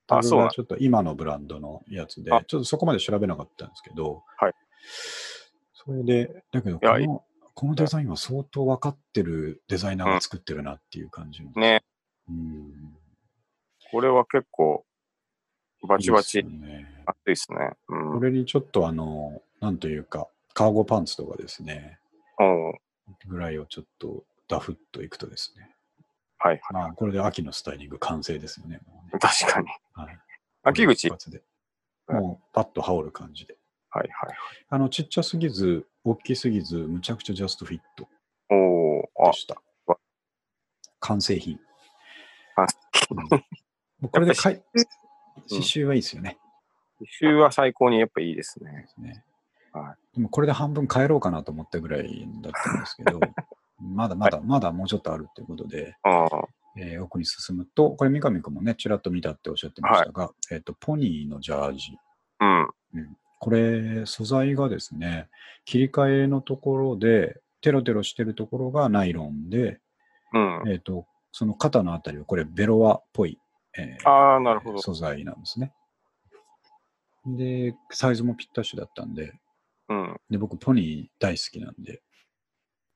Speaker 1: タ
Speaker 2: あ
Speaker 1: グ
Speaker 2: そうなん
Speaker 1: がちょっと今のブランドのやつで、ちょ
Speaker 2: あ
Speaker 1: っとそこまで調べなかったんですけど、
Speaker 2: はい。
Speaker 1: それで、だけど、
Speaker 2: いや
Speaker 1: この、このデザインは相当分かってるデザイナーが作ってるなっていう感じの。
Speaker 2: ね。
Speaker 1: うん。
Speaker 2: これは結構、バチバ
Speaker 1: い
Speaker 2: チ
Speaker 1: いですよね
Speaker 2: 熱いですね。うん。
Speaker 1: これにちょっとあの、なんというか、カーゴパンツとかですね、
Speaker 2: うん
Speaker 1: ぐらいをちょっとダフっといくとですね。
Speaker 2: はいはい。
Speaker 1: まあ、これで秋のスタイリング完成ですよね。もうね
Speaker 2: 確かに。
Speaker 1: はい
Speaker 2: 秋口。
Speaker 1: これ
Speaker 2: は
Speaker 1: 一発で
Speaker 2: はい
Speaker 1: もうパッと羽織る感じで。
Speaker 2: いはい。
Speaker 1: あの、ちっちゃすぎず、大きすぎず、むちゃくちゃジャストフィット
Speaker 2: おー、あ
Speaker 1: で、した
Speaker 2: あ。
Speaker 1: 完成品。
Speaker 2: 完
Speaker 1: うんもうこれでかい
Speaker 2: やっ
Speaker 1: 刺繍はいいですよね。
Speaker 2: 刺繍は最高にやっぱいいですね。
Speaker 1: ね
Speaker 2: は
Speaker 1: でもこれで半分帰ろうかなと思ったぐらいだったんです けど、まだまだ、まだもうちょっとあるということで、
Speaker 2: うん。
Speaker 1: えー奥に進むと、これ三上君もね、ちらっと見たっておっしゃってましたが、えっ、と、ポニーのジャージ。
Speaker 2: うん。
Speaker 1: これ、素材がですね、切り替えのところで、テロテロしてるところがナイロンで、
Speaker 2: うん。
Speaker 1: えっ、と、その肩のあたりはこれベロアっぽいえー
Speaker 2: ああ、なるほど。
Speaker 1: 素材なんですね。で、サイズもぴったしだったんで、
Speaker 2: うん。
Speaker 1: で、僕、ポニー大好きなんで、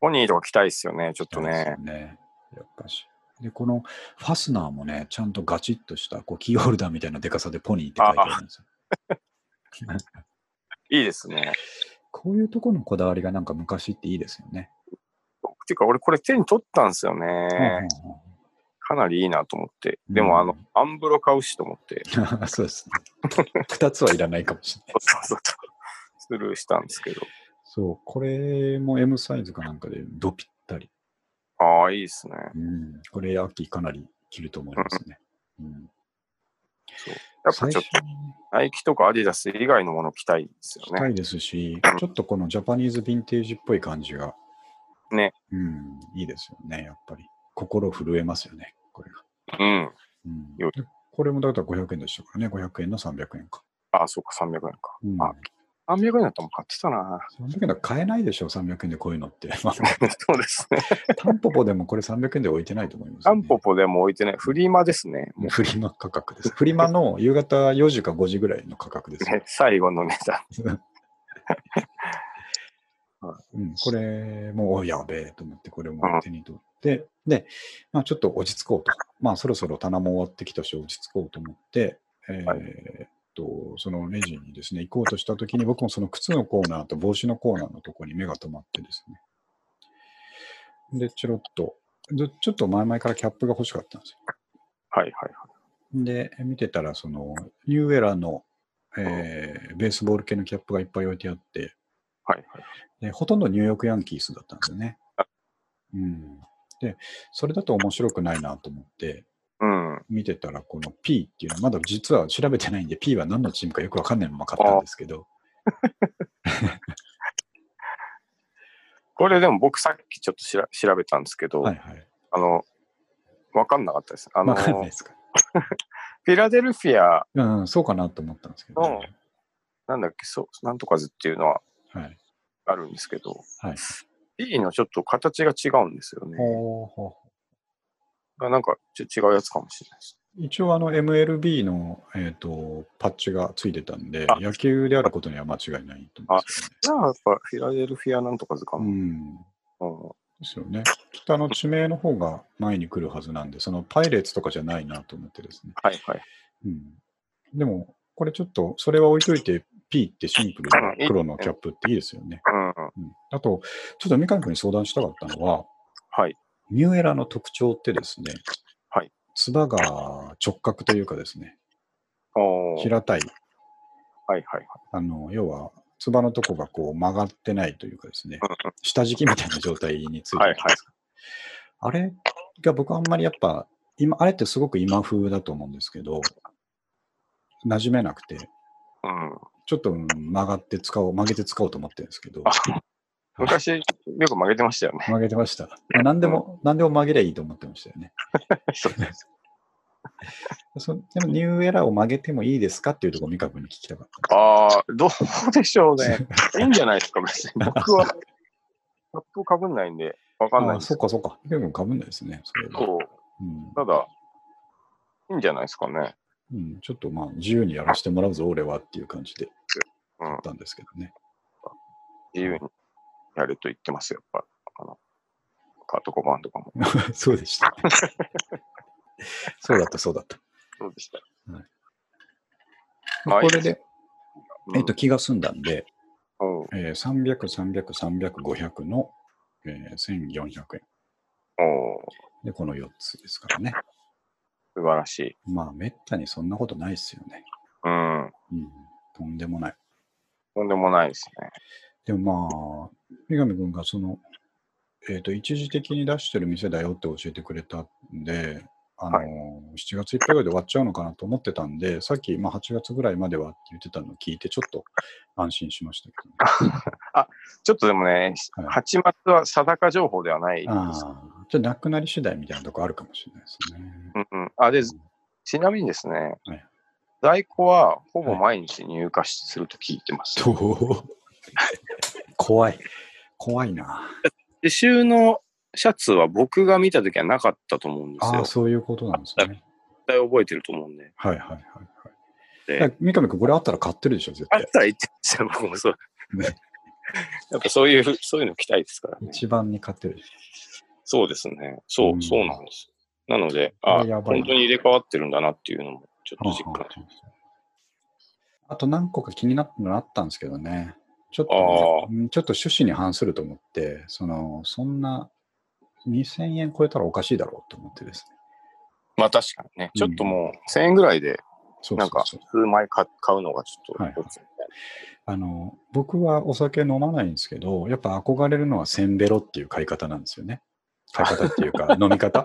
Speaker 2: ポニーとか着たいっすよね、ちょっと
Speaker 1: ですよ
Speaker 2: ね。
Speaker 1: ね。やっぱし。で、このファスナーもね、ちゃんとガチッとした、こう、キーホルダーみたいなデカさでポニーって書いてあるんですよ。
Speaker 2: いいですね。
Speaker 1: こういうところのこだわりがなんか昔っていいですよね。
Speaker 2: ていうか、俺これ手に取ったんですよ
Speaker 1: う
Speaker 2: ね。
Speaker 1: んうん
Speaker 2: かなりいいなと思って。
Speaker 1: うん
Speaker 2: でも、あの、アンブロ買うしと思って、
Speaker 1: うん そうですね。2つはいらないかもしれない。
Speaker 2: そうそうそうスルーしたんですけど。
Speaker 1: そう、これも M サイズかなんかでドぴったり。
Speaker 2: ああ、いいですね。
Speaker 1: うん、これ、秋かなり着ると思いますね。うん、
Speaker 2: やっぱちょっ
Speaker 1: 最
Speaker 2: と、
Speaker 1: 初に
Speaker 2: ナイキとかアディダス以外のもの着たいです
Speaker 1: 着
Speaker 2: よ
Speaker 1: た
Speaker 2: ね。
Speaker 1: いですし、ちょっとこのジャパニーズヴィンテージっぽい感じが。
Speaker 2: ね。
Speaker 1: うん、いいですよね、やっぱり。心震えますよね、これが。
Speaker 2: うん。
Speaker 1: うん
Speaker 2: よい
Speaker 1: でこれもだから500円でしたからね、500円の300円か。
Speaker 2: ああ、そっか、300円か。
Speaker 1: うん、
Speaker 2: あ300円だったらもう買ってたな。
Speaker 1: 300円だ買えないでしょ、300円でこういうのって。
Speaker 2: そうですね。
Speaker 1: タンポポでもこれ300円で置いてないと思います、ね。
Speaker 2: タンポポでも置いてない。フリマですね。も
Speaker 1: フリマ価格です。フリマの夕方4時か5時ぐらいの価格で
Speaker 2: う
Speaker 1: す
Speaker 2: ね、最後の値段。
Speaker 1: うん、これも、おやべえと思って、これも手に取って、で、まあ、ちょっと落ち着こうと。まあ、そろそろ棚も終わってきたし、落ち着こうと思って、えー
Speaker 2: はい
Speaker 1: っと、そのレジにですね、行こうとしたときに、僕もその靴のコーナーと帽子のコーナーのところに目が止まってですね。で、ちょろっと、ずちょっと前々からキャップが欲しかったんですよ
Speaker 2: はいはいはい。
Speaker 1: で、見てたら、その、ニューエラの、えーベースボール系のキャップがいっぱい置いてあって、
Speaker 2: はいはい。
Speaker 1: でほとんどニューヨークヤンキースだったんですよね。うん、で、それだと面白くないなと思って、
Speaker 2: うん。あ
Speaker 1: 見てたら、この P っていうのは、まだ実は調べてないんで、P は何のチームかよくわかんないまま買ったんですけど、
Speaker 2: これでも僕さっきちょっとしら調べたんですけど、
Speaker 1: はいはい。
Speaker 2: あの、わかんなかったです。あの、
Speaker 1: わかんない
Speaker 2: フ
Speaker 1: ですか。
Speaker 2: ィラデルフィア、
Speaker 1: うん、そうかなと思ったんですけど、
Speaker 2: うんなんだっけ、そう、なんとかずっていうのは
Speaker 1: はい。
Speaker 2: あるんですけど、
Speaker 1: はい。
Speaker 2: B のちょっと形が違うんですよね。
Speaker 1: ほうほう
Speaker 2: なんかちょ違うやつかもしれないです。
Speaker 1: 一応、あの、MLB の、えっとパッチがついてたんで、
Speaker 2: あ
Speaker 1: 野球であることには間違いないと思うんですよね。
Speaker 2: じゃあやっぱフィラデルフィアなんとかずか
Speaker 1: う
Speaker 2: な。
Speaker 1: ん、で
Speaker 2: うん
Speaker 1: すよね。きっとあの地名の方が前に来るはずなんで、そのパイレーツとかじゃないなと思ってですね。
Speaker 2: はいはい。
Speaker 1: うん、でも、これちょっと、それは置いといて、P ってシンプルな黒のキャップっていいですよね。
Speaker 2: うん。
Speaker 1: うん、あと、ちょっと三上君に相談したかったのは、
Speaker 2: はい。
Speaker 1: ニューエラの特徴ってですね、
Speaker 2: はい、
Speaker 1: 唾が直角というかですね、
Speaker 2: おー
Speaker 1: 平たい、
Speaker 2: はいはい
Speaker 1: あの要は、つばのとこがこう曲がってないというかですね
Speaker 2: うんう、
Speaker 1: 下敷きみたいな状態について
Speaker 2: はい。は
Speaker 1: る
Speaker 2: いはい。
Speaker 1: あれが僕あんまりやっぱ、今、あれってすごく今風だと思うんですけど、馴染めなくて、
Speaker 2: うん。
Speaker 1: ちょっとうん曲がって使おう、曲げて使おうと思ってるんですけど、
Speaker 2: あ昔、よく曲げてましたよね。
Speaker 1: 曲げてました。まあ何でも、何でも曲げりゃいいと思ってましたよね。
Speaker 2: そう
Speaker 1: そ でもニューエラーを曲げてもいいですかっていうところを三上に聞きたかっ
Speaker 2: ああ、どうでしょ うね。いいんじゃないですか、別に。僕は、キャップをかぶんないんで、わ
Speaker 1: た。
Speaker 2: かんないん
Speaker 1: あ
Speaker 2: です
Speaker 1: そ
Speaker 2: け
Speaker 1: うかそうか。三上君かぶんないですね。それは
Speaker 2: ど、
Speaker 1: うん
Speaker 2: ただ、いいんじゃないですかね。
Speaker 1: うん、ちょっとまあ自由にやらせてもらうぞ、俺はっていう感じで
Speaker 2: うん
Speaker 1: だったんですけどね。
Speaker 2: 自由にやると言ってますよ、やっぱ。あのカートコバーンとかも。
Speaker 1: そうでした。そうだった、そうだった。
Speaker 2: そうでした。
Speaker 1: まあ
Speaker 2: はい
Speaker 1: これで、
Speaker 2: うん
Speaker 1: えっと、気が済んだんで、
Speaker 2: うんお
Speaker 1: えー300、300、300、500の、えー1400円。
Speaker 2: ー
Speaker 1: で、この4つですからね。
Speaker 2: 素晴らしい。
Speaker 1: まあ、めったにそんなことないですよね。
Speaker 2: うん。
Speaker 1: うん、とんでもない。
Speaker 2: とんでもないですね。
Speaker 1: でもまあ、三上君がその、えっ、と、一時的に出してる店だよって教えてくれたんで、あの
Speaker 2: はい
Speaker 1: 7月いっぱいぐらいで終わっちゃうのかなと思ってたんで、さっき、まあ、8月ぐらいまではって言ってたのを聞いて、ちょっと安心しましたけど、ね。
Speaker 2: ちょっとでもね、
Speaker 1: はい
Speaker 2: 8月は定か情報ではないです。
Speaker 1: ああ、じゃあなくなり次第みたいなとこあるかもしれないです ね。
Speaker 2: うんうん、あでちなみにですね、
Speaker 1: はい
Speaker 2: 在庫はほぼ毎日入荷すると聞いてます。
Speaker 1: どう怖い。怖いな。
Speaker 2: で収納シャツは僕が見たときはなかったと思うんです
Speaker 1: ああ、
Speaker 2: よ。
Speaker 1: そういうことなんですね。
Speaker 2: 対覚えてると思うんで。
Speaker 1: はいはいはい
Speaker 2: で
Speaker 1: はい。三上君、これあったら買ってるでしょ、絶
Speaker 2: あっ
Speaker 1: 対。
Speaker 2: たら言ってましたよ、僕も そう。
Speaker 1: ね
Speaker 2: やっぱそういう、そういうの期待ですからね。
Speaker 1: 一番に買ってるでし
Speaker 2: そうですね。そう、
Speaker 1: うん
Speaker 2: そうなんです。なので、あ、
Speaker 1: や
Speaker 2: 本
Speaker 1: ばいな
Speaker 2: 当に入れ替わってるんだなっていうのも、ちょ
Speaker 1: ょ
Speaker 2: っと実感しまし
Speaker 1: あと何個か気になったのあったんですけどね。ちょっと
Speaker 2: あ
Speaker 1: ね、うんちょっと趣旨に反すると思って、その、そんな2000円超えたらおかしいだろうと思ってですね。
Speaker 2: た。まあ確かにね、ちょっともう1000円ぐらいで、
Speaker 1: そう
Speaker 2: な
Speaker 1: そ
Speaker 2: ん
Speaker 1: う
Speaker 2: か
Speaker 1: そう。
Speaker 2: 数枚買買うのがちょっと、
Speaker 1: はいあの、僕はお酒飲まないんですけど、やっぱ憧れるのはせんべろっていう買い方なんですよね。買い方っていう か、飲み方。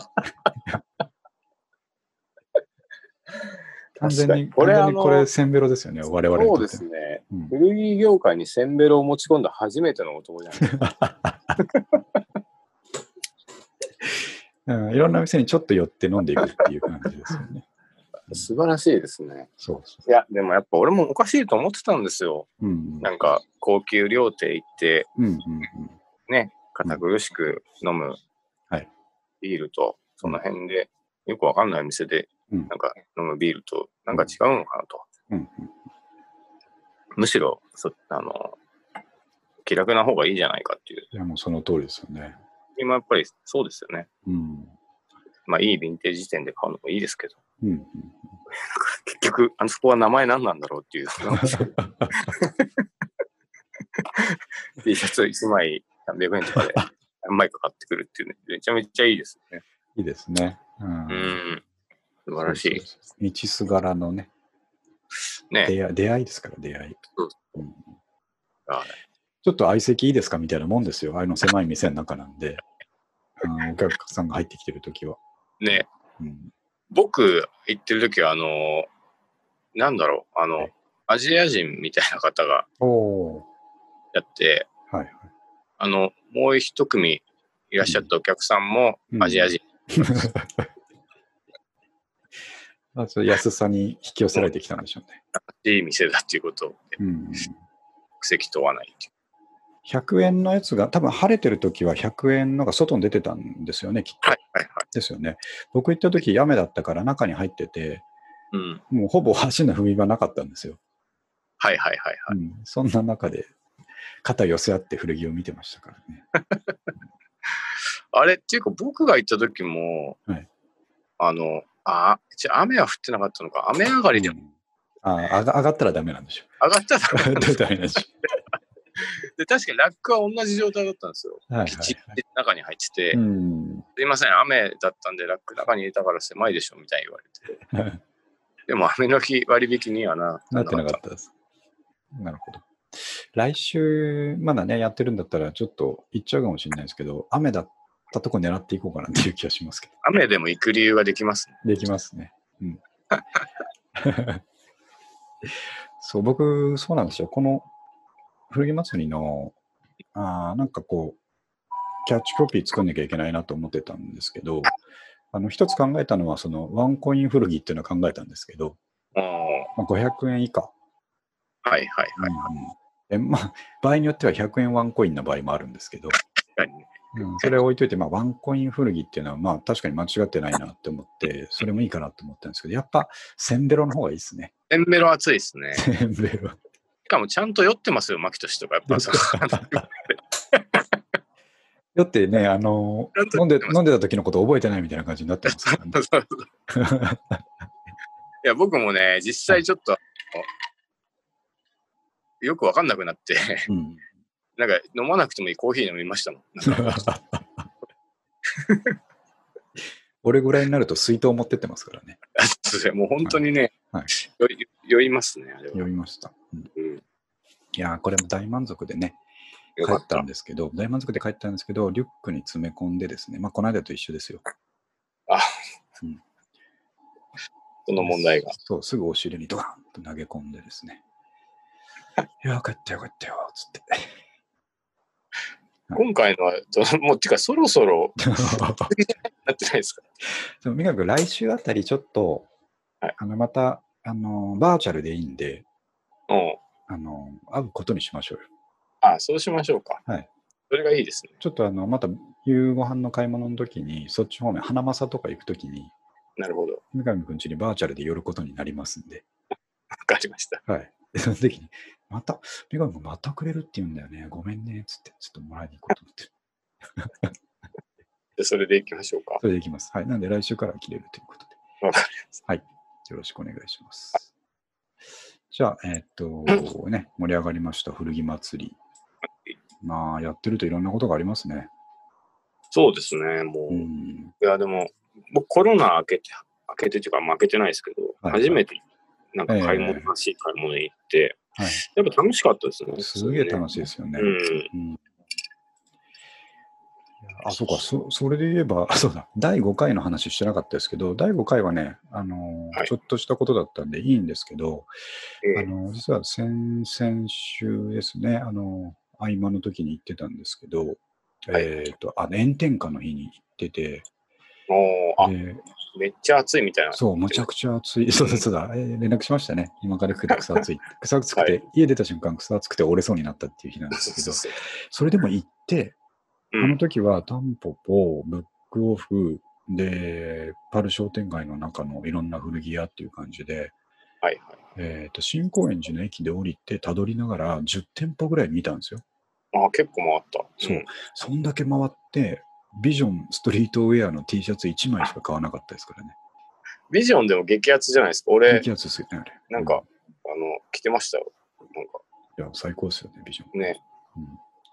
Speaker 1: 完全
Speaker 2: 確か
Speaker 1: に、
Speaker 2: にこ
Speaker 1: こ
Speaker 2: れ
Speaker 1: れ、完全にこ
Speaker 2: あ
Speaker 1: れ
Speaker 2: の
Speaker 1: せんべろですよね、我々にと
Speaker 2: そ
Speaker 1: っ
Speaker 2: う
Speaker 1: て。
Speaker 2: ですね。
Speaker 1: うん
Speaker 2: 古着業界にセンベロを持ち込んだ初めての男じゃない ですか。
Speaker 1: うんいろんな店にちょっと寄って飲んでいくっていう感じですよ ね。
Speaker 2: 素晴らしいですね。
Speaker 1: そうそ
Speaker 2: いや、でもやっぱ俺もおかしいと思ってたんですよ。
Speaker 1: う。うん
Speaker 2: なんか、高級料亭行って、
Speaker 1: うん、うんうん
Speaker 2: ね、堅苦しく飲む
Speaker 1: はい
Speaker 2: ビールと、その辺で、よくわかんない店で、
Speaker 1: うん
Speaker 2: なんか飲むビールと、なんか違うのかなと。
Speaker 1: うんうん。
Speaker 2: むしろ、そあの、気楽な方がいいじゃないかっていう。
Speaker 1: いや、もうその通りですよね。
Speaker 2: 今やっぱりそうですよね。
Speaker 1: うん。
Speaker 2: まあ、いいヴィンテージ店で買うのもいいですけど、
Speaker 1: うんうん、
Speaker 2: 結局、あのそこは名前何なんだろうって いう。T シャツ1枚300円とかで何枚か買ってくるっていうね、めちゃめちゃいいですね。
Speaker 1: いいですね。う。
Speaker 2: うんん。素晴らし
Speaker 1: そうそうそう。道すがらのね、
Speaker 2: い。ね。
Speaker 1: 出会い出会いですから、出会い。
Speaker 2: そう
Speaker 1: うん
Speaker 2: はい
Speaker 1: ちょっと相席いいですかみたいなもんですよ。あの狭い店の中なんで。うんお客さんが入ってきてるときは。
Speaker 2: ね。
Speaker 1: うん。
Speaker 2: 僕行ってる時は、あの、なんだろう、あの、アジア人みたいな方が
Speaker 1: おお
Speaker 2: やって、
Speaker 1: ー。はいはい。
Speaker 2: あの、もう一組いらっしゃったお客さんも
Speaker 1: うん
Speaker 2: アジア人。
Speaker 1: あちょっと安さに引き寄せられてきたんでしょうね。
Speaker 2: いい店だっていうことを、
Speaker 1: うん、
Speaker 2: 国籍問わないってい
Speaker 1: 100円のやつが、多分晴れてるときは100円のが外に出てたんですよね、きっ
Speaker 2: う。
Speaker 1: と
Speaker 2: はい。はいはい。
Speaker 1: ですよね。僕行ったとき、雨だったから中に入ってて、
Speaker 2: うん。
Speaker 1: もうほぼ足の踏み場なかったんですよ。
Speaker 2: はいはいはいはい。
Speaker 1: うん、そんな中で、肩寄せ合って古着を見てましたからね。
Speaker 2: あれっていうか僕が行った時も、
Speaker 1: はい
Speaker 2: あの、あ、じゃあ雨は降ってなかったのか、雨上がりで
Speaker 1: う
Speaker 2: 上
Speaker 1: んあ上が上がったらダメなんでしょ。
Speaker 2: がった ら、
Speaker 1: 上がったらダメなんでしょ。
Speaker 2: で確かにラックは同じ状態だったんですよ。
Speaker 1: はいはい、
Speaker 2: ピチ
Speaker 1: は
Speaker 2: っ
Speaker 1: い。
Speaker 2: て中に入ってて、
Speaker 1: うん。
Speaker 2: すいません、雨だったんでラック中に入れたから狭いでしょみたいに言われて、 でも雨の日割引にはな
Speaker 1: なってなかったです。なるほど。来週、まだね、やってるんだったら、ちょっと行っちゃうかもしれないですけど、雨だったとこ狙っていこうかなっていう気がしますけど。
Speaker 2: 雨でも行く理由ができますね。
Speaker 1: できますね。うん。 そう、僕、そうなんですよ。この古着祭りの、あーなんかこう、キャッチコピー作んなきゃいけないなと思ってたんですけど、あの、一つ考えたのは、その、ワンコイン古着っていうのを考えたんですけど、
Speaker 2: うんはい
Speaker 1: まあ、500円以下
Speaker 2: はいはい。
Speaker 1: うんうんえまあ、場合によっては100円ワンコインの場合もあるんですけど、
Speaker 2: 確かにね
Speaker 1: うんそれは置いといて、まあ、ワンコイン古着っていうのは、まあ、確かに間違ってないなって思って、それもいいかなと思ったんですけど、やっぱ、センベロの方がいいですね。
Speaker 2: センベロ暑いですね。し
Speaker 1: センベロ。
Speaker 2: かもちゃんと酔ってますよ、牧俊と か。やっぱその
Speaker 1: だってね、あの
Speaker 2: ちゃん、と
Speaker 1: 飲んで
Speaker 2: 言ってます
Speaker 1: 飲んでた時のこと覚えてないみたいな感じになってますからね。
Speaker 2: そうそういや、僕もね、実際ちょっと、よくわかんなくなって、
Speaker 1: うん、
Speaker 2: なんか飲まなくてもいいコーヒー飲みましたもん。 なんか
Speaker 1: 俺ぐらいになると水筒持ってってますからね。
Speaker 2: もう本当にね、
Speaker 1: はい
Speaker 2: 酔い酔いますね、あれは。
Speaker 1: 読みました。うん
Speaker 2: うん
Speaker 1: いやー、これも大満足でね、
Speaker 2: よ
Speaker 1: 帰っ
Speaker 2: かった
Speaker 1: たん。ですけど、大満足で帰ったんですけど、リュックに詰め込んでですね、まあ、この間と一緒ですよ。
Speaker 2: その問題が。
Speaker 1: そう、すぐお尻にドカンと投げ込んでです ね。いや、よかったよかったよ、つって。 はい
Speaker 2: 今回のは、どのもう、てか、そろそろなってないですか。
Speaker 1: でも、みかく来週あたりちょっと、
Speaker 2: はい
Speaker 1: あの、また、あの、バーチャルでいいんで、
Speaker 2: うん。
Speaker 1: あの、会うことにしましょうよ。
Speaker 2: あそうしましょうか。
Speaker 1: はい。
Speaker 2: それがいいですね。
Speaker 1: ちょっとあの、また夕ご飯の買い物の時に、そっち方面、花正とか行く時に、
Speaker 2: なるほど。わ
Speaker 1: 三上くんちにバーチャルで寄ることになりますんで。
Speaker 2: かりました。
Speaker 1: はい。で、その時に、また、三上くんまたくれるって言うんだよね。ごめんね。つって、ちょっともらいに行こうと思ってる。
Speaker 2: じゃあそれでいきましょうか。
Speaker 1: それでいきます。はい。なんで来週から切れるということで。
Speaker 2: わかりました。
Speaker 1: はい。よろしくお願いします。じゃあ、えーっと、ね、盛り上がりました。古着祭り。まあ、やってるといろんなことがありますね。
Speaker 2: そうですね、もう。
Speaker 1: う
Speaker 2: い
Speaker 1: ん。
Speaker 2: や、でも、僕コロナ明けて、明けてっていうか、まあ明けてないですけど、
Speaker 1: はい
Speaker 2: 初めて、なんか買い
Speaker 1: え
Speaker 2: 物
Speaker 1: え
Speaker 2: らしい買い物に行って、
Speaker 1: はい。
Speaker 2: やっぱ楽しかったですね。
Speaker 1: すげえ楽しいですよね。
Speaker 2: うん。
Speaker 1: うんあ、そうか、そそれで言えば、 あそうだ、第5回の話してなかったですけど、第5回はね、あのー
Speaker 2: はい
Speaker 1: ちょっとしたことだったんでいいんですけど、あ
Speaker 2: ええ
Speaker 1: のー実は先々週ですね、あのー合間の時に行ってたんですけど、
Speaker 2: はい
Speaker 1: えっ、と、あ、炎天下の日に行ってて、
Speaker 2: もう、あ、
Speaker 1: で
Speaker 2: めっちゃ暑いみたいな。
Speaker 1: そう、むちゃくちゃ暑い。そう だ、そうだ、えー連絡しましたね。今から来る草 暑い。草暑くて、
Speaker 2: は
Speaker 1: 家出た瞬間草暑くて折れそうになったっていう日なんですけ
Speaker 2: そ
Speaker 1: ど
Speaker 2: う、そう
Speaker 1: それでも行って、
Speaker 2: うん
Speaker 1: あの時はタンポポ、ブックオフ、で、パル商店街の中のいろんな古着屋っていう感じで、
Speaker 2: はいはい。
Speaker 1: えっと新高円寺の駅で降りて、たどりながら10店舗ぐらい見たんですよ。
Speaker 2: あ結構回った。
Speaker 1: そうんそんだけ回って、ビジョンストリートウェアの T シャツ1枚しか買わなかったですからね。
Speaker 2: ビジョンでも激アツじゃないですか。俺、
Speaker 1: 激アツですよね、あれ。
Speaker 2: なんか、あの、着てましたよ。なんか、
Speaker 1: うん。いや、最高ですよね、ビジョン。
Speaker 2: ね。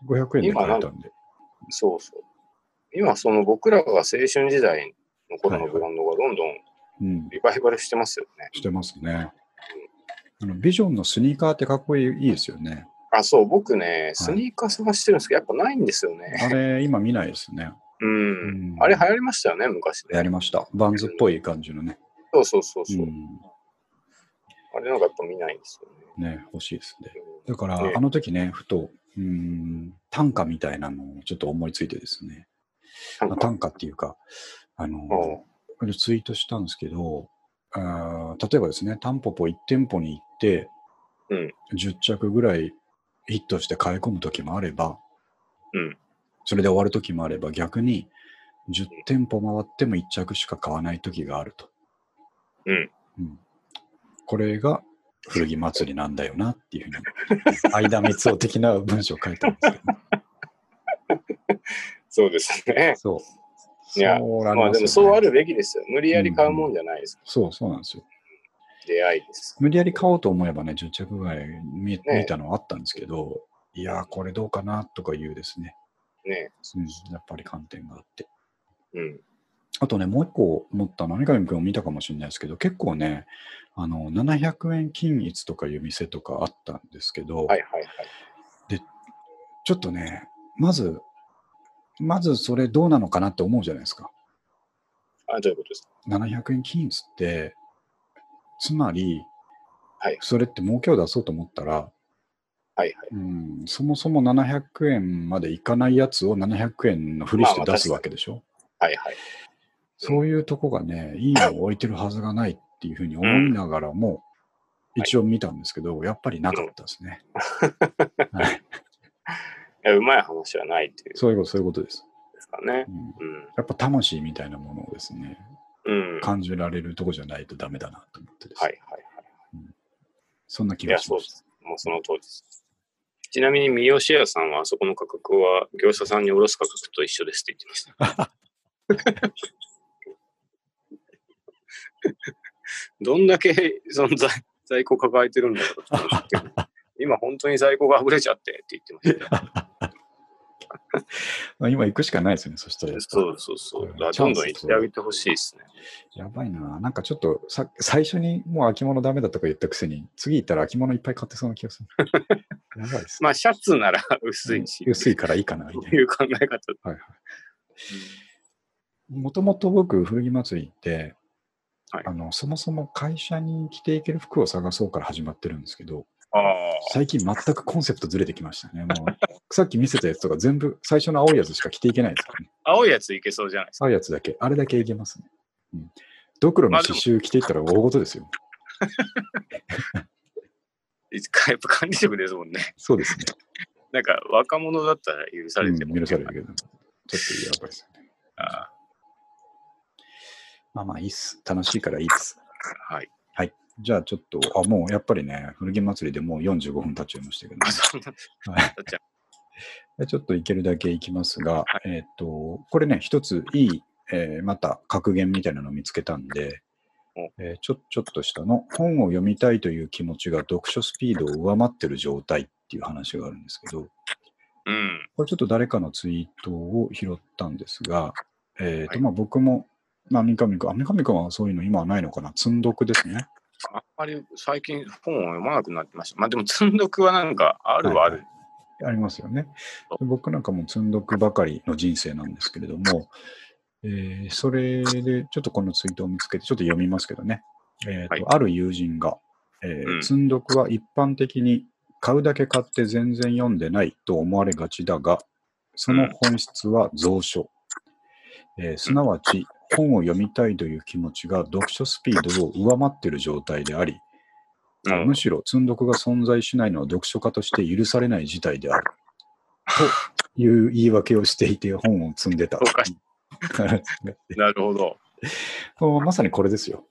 Speaker 1: うん、500円で買えたんで。
Speaker 2: そうそう。今、その僕らが青春時代の頃のブランドがどんどん
Speaker 1: うん。
Speaker 2: リバイバルしてますよね。
Speaker 1: してますね。あのビジョンのスニーカーってかっこいいいいですよね。
Speaker 2: あ、そう、僕ね、スニーカー探してるんですけど、やっぱないんですよね。
Speaker 1: あれ、今見ないですね。
Speaker 2: うん
Speaker 1: うん。
Speaker 2: あれ流行りましたよね、昔
Speaker 1: や
Speaker 2: ね。
Speaker 1: りました。バンズっぽい感じのね。
Speaker 2: そうそうそう
Speaker 1: う
Speaker 2: そう。
Speaker 1: ん、
Speaker 2: あれなんかやっぱ見ないんですよね。
Speaker 1: ね、欲しいですね。
Speaker 2: うん
Speaker 1: だから、
Speaker 2: ね
Speaker 1: あの時ね、ふと、うん、短歌みたいなのをちょっと思いついてですね。
Speaker 2: なん
Speaker 1: まあ
Speaker 2: か
Speaker 1: 短歌っていうか、あの
Speaker 2: お、
Speaker 1: ツイートしたんですけど、あー例えばですね、タンポポ1店舗に行って、
Speaker 2: うん
Speaker 1: 10着ぐらいヒットして買い込む時もあれば、
Speaker 2: うん
Speaker 1: それで終わる時もあれば、逆に10店舗回っても1着しか買わない時があると。
Speaker 2: うん
Speaker 1: うんこれが古着祭りなんだよなっていうふうに、 間三つ的な文章を書いたんですけど、
Speaker 2: そうですね。
Speaker 1: そう。
Speaker 2: いや
Speaker 1: そうなり
Speaker 2: まあ
Speaker 1: すよね
Speaker 2: でもそうあるべきですよ。無理やり買うもんじゃないです。
Speaker 1: そう、そうなんですよ。
Speaker 2: 出会いです。
Speaker 1: 無理やり買おうと思えばね、10着ぐらい見,、
Speaker 2: え
Speaker 1: 見たのはあったんですけど、いやー、これどうかなとかいうですね、
Speaker 2: ね。
Speaker 1: うんやっぱり観点があって。
Speaker 2: うん。
Speaker 1: あとね、もう一個思ったのは、三上君も見たかもしれないですけど、結構ね、あの700円均一とかいう店とかあったんですけど、
Speaker 2: はいはいはい。
Speaker 1: ちょっとね、まず、まずそれどうなのかなって思うじゃないですか。
Speaker 2: あ、どういうことですか
Speaker 1: 700円均一って、つまり、
Speaker 2: はい
Speaker 1: それって儲けを出そうと思ったら、
Speaker 2: はいはい。
Speaker 1: うんそもそも700円までいかないやつを700円のふりして出すわけでしょ、
Speaker 2: はいはい。
Speaker 1: そういうとこがね、いいのを置いてるはずがないっていうふうに思いながらも、
Speaker 2: うん
Speaker 1: 一応見たんですけど、やっぱりなかったですね。はい、
Speaker 2: いや、うまい話はないっていうん
Speaker 1: そういうこと、そういうことです、
Speaker 2: ですかね
Speaker 1: う。んやっぱ魂みたいなものをですね、
Speaker 2: うん。うん。はい
Speaker 1: 感じられるとこじゃないとダメだなと思ってです、
Speaker 2: はいはい。
Speaker 1: そんな気
Speaker 2: い
Speaker 1: が
Speaker 2: や、
Speaker 1: し
Speaker 2: そう
Speaker 1: ま。
Speaker 2: ですす。もうその通りです。ちなみに、三好屋さんは、あそこの価格は、業者さんに卸す価格と一緒ですって言ってました。 どんだけ、その在在庫抱えてるんだろうと思って今、本当に在庫が溢れちゃってって言ってました。
Speaker 1: まあ今行くしかないですね、そしたらやっぱ。
Speaker 2: そうそうそう。だからどんどん行ってあげてほしいですね。
Speaker 1: やばいな。なんかちょっとさ、最初にもう秋物ダメだとか言ったくせに、次行ったら秋物いっぱい買ってそうな気が する。やばいですね。
Speaker 2: まあ、シャツなら薄いし、
Speaker 1: 薄いからいいかな、み
Speaker 2: と
Speaker 1: たい
Speaker 2: いう考え方。
Speaker 1: な。はいはい。もともと僕、古着祭りって、
Speaker 2: はい
Speaker 1: あの、そもそも会社に着ていける服を探そうから始まってるんですけど、
Speaker 2: ああ。
Speaker 1: 最近全くコンセプトずれてきましたね。も うさっき見せたやつとか全部、最初の青いやつしか着ていけないですからね。
Speaker 2: 青いやついけそうじゃないですか。
Speaker 1: 青いやつだけ、あれだけいけますね。うん、ドクロの
Speaker 2: まあで
Speaker 1: 刺
Speaker 2: も
Speaker 1: 繍着ていったら大事ですよ。
Speaker 2: いつかやっぱ管理職ですもんね。
Speaker 1: そうですね。
Speaker 2: なんか若者だったら許されて
Speaker 1: う
Speaker 2: も。
Speaker 1: ん許されるけど、ちょっとやばいですよね。
Speaker 2: あ
Speaker 1: まあまあいいっす。楽しいからいいっす。
Speaker 2: はい。
Speaker 1: じゃあちょっと、あ、もうやっぱりね、古着祭りでもう45分経っちゃいましたけど、ね
Speaker 2: あ、そうなんだ。
Speaker 1: はい
Speaker 2: だっちゃ
Speaker 1: でちょっといけるだけいきますが、
Speaker 2: は
Speaker 1: えーっと、これね、一ついい、えーまた格言みたいなのを見つけたんで
Speaker 2: お、
Speaker 1: えーちょ、ちょっとしたの、本を読みたいという気持ちが読書スピードを上回ってる状態っていう話があるんですけど、
Speaker 2: ううん。
Speaker 1: これちょっと誰かのツイートを拾ったんですが、えーっ
Speaker 2: は
Speaker 1: と、
Speaker 2: い
Speaker 1: まあ僕も、まあ三上君、あ、三上君はそういうの今はないのかな、積んどくですね。
Speaker 2: あんまり最近本を読まなくなってました。まあでも、積んどくはなんかあるはある。
Speaker 1: ありますよね。で僕なんかもう積んどくばかりの人生なんですけれども、えーそれでちょっとこのツイートを見つけて、ちょっと読みますけどね。えーと
Speaker 2: はい
Speaker 1: ある友人が、えー
Speaker 2: うん
Speaker 1: 積んどくは一般的に買うだけ買って全然読んでないと思われがちだが、その本質は蔵書。えーすなわち、本を読みたいという気持ちが読書スピードを上回っている状態であり、
Speaker 2: うん
Speaker 1: む。しろ積んどくが存在しないのは読書家として許されない事態である。という言い訳をしていて本を積んでた。
Speaker 2: そうかなるほど。
Speaker 1: もうまさにこれですよ、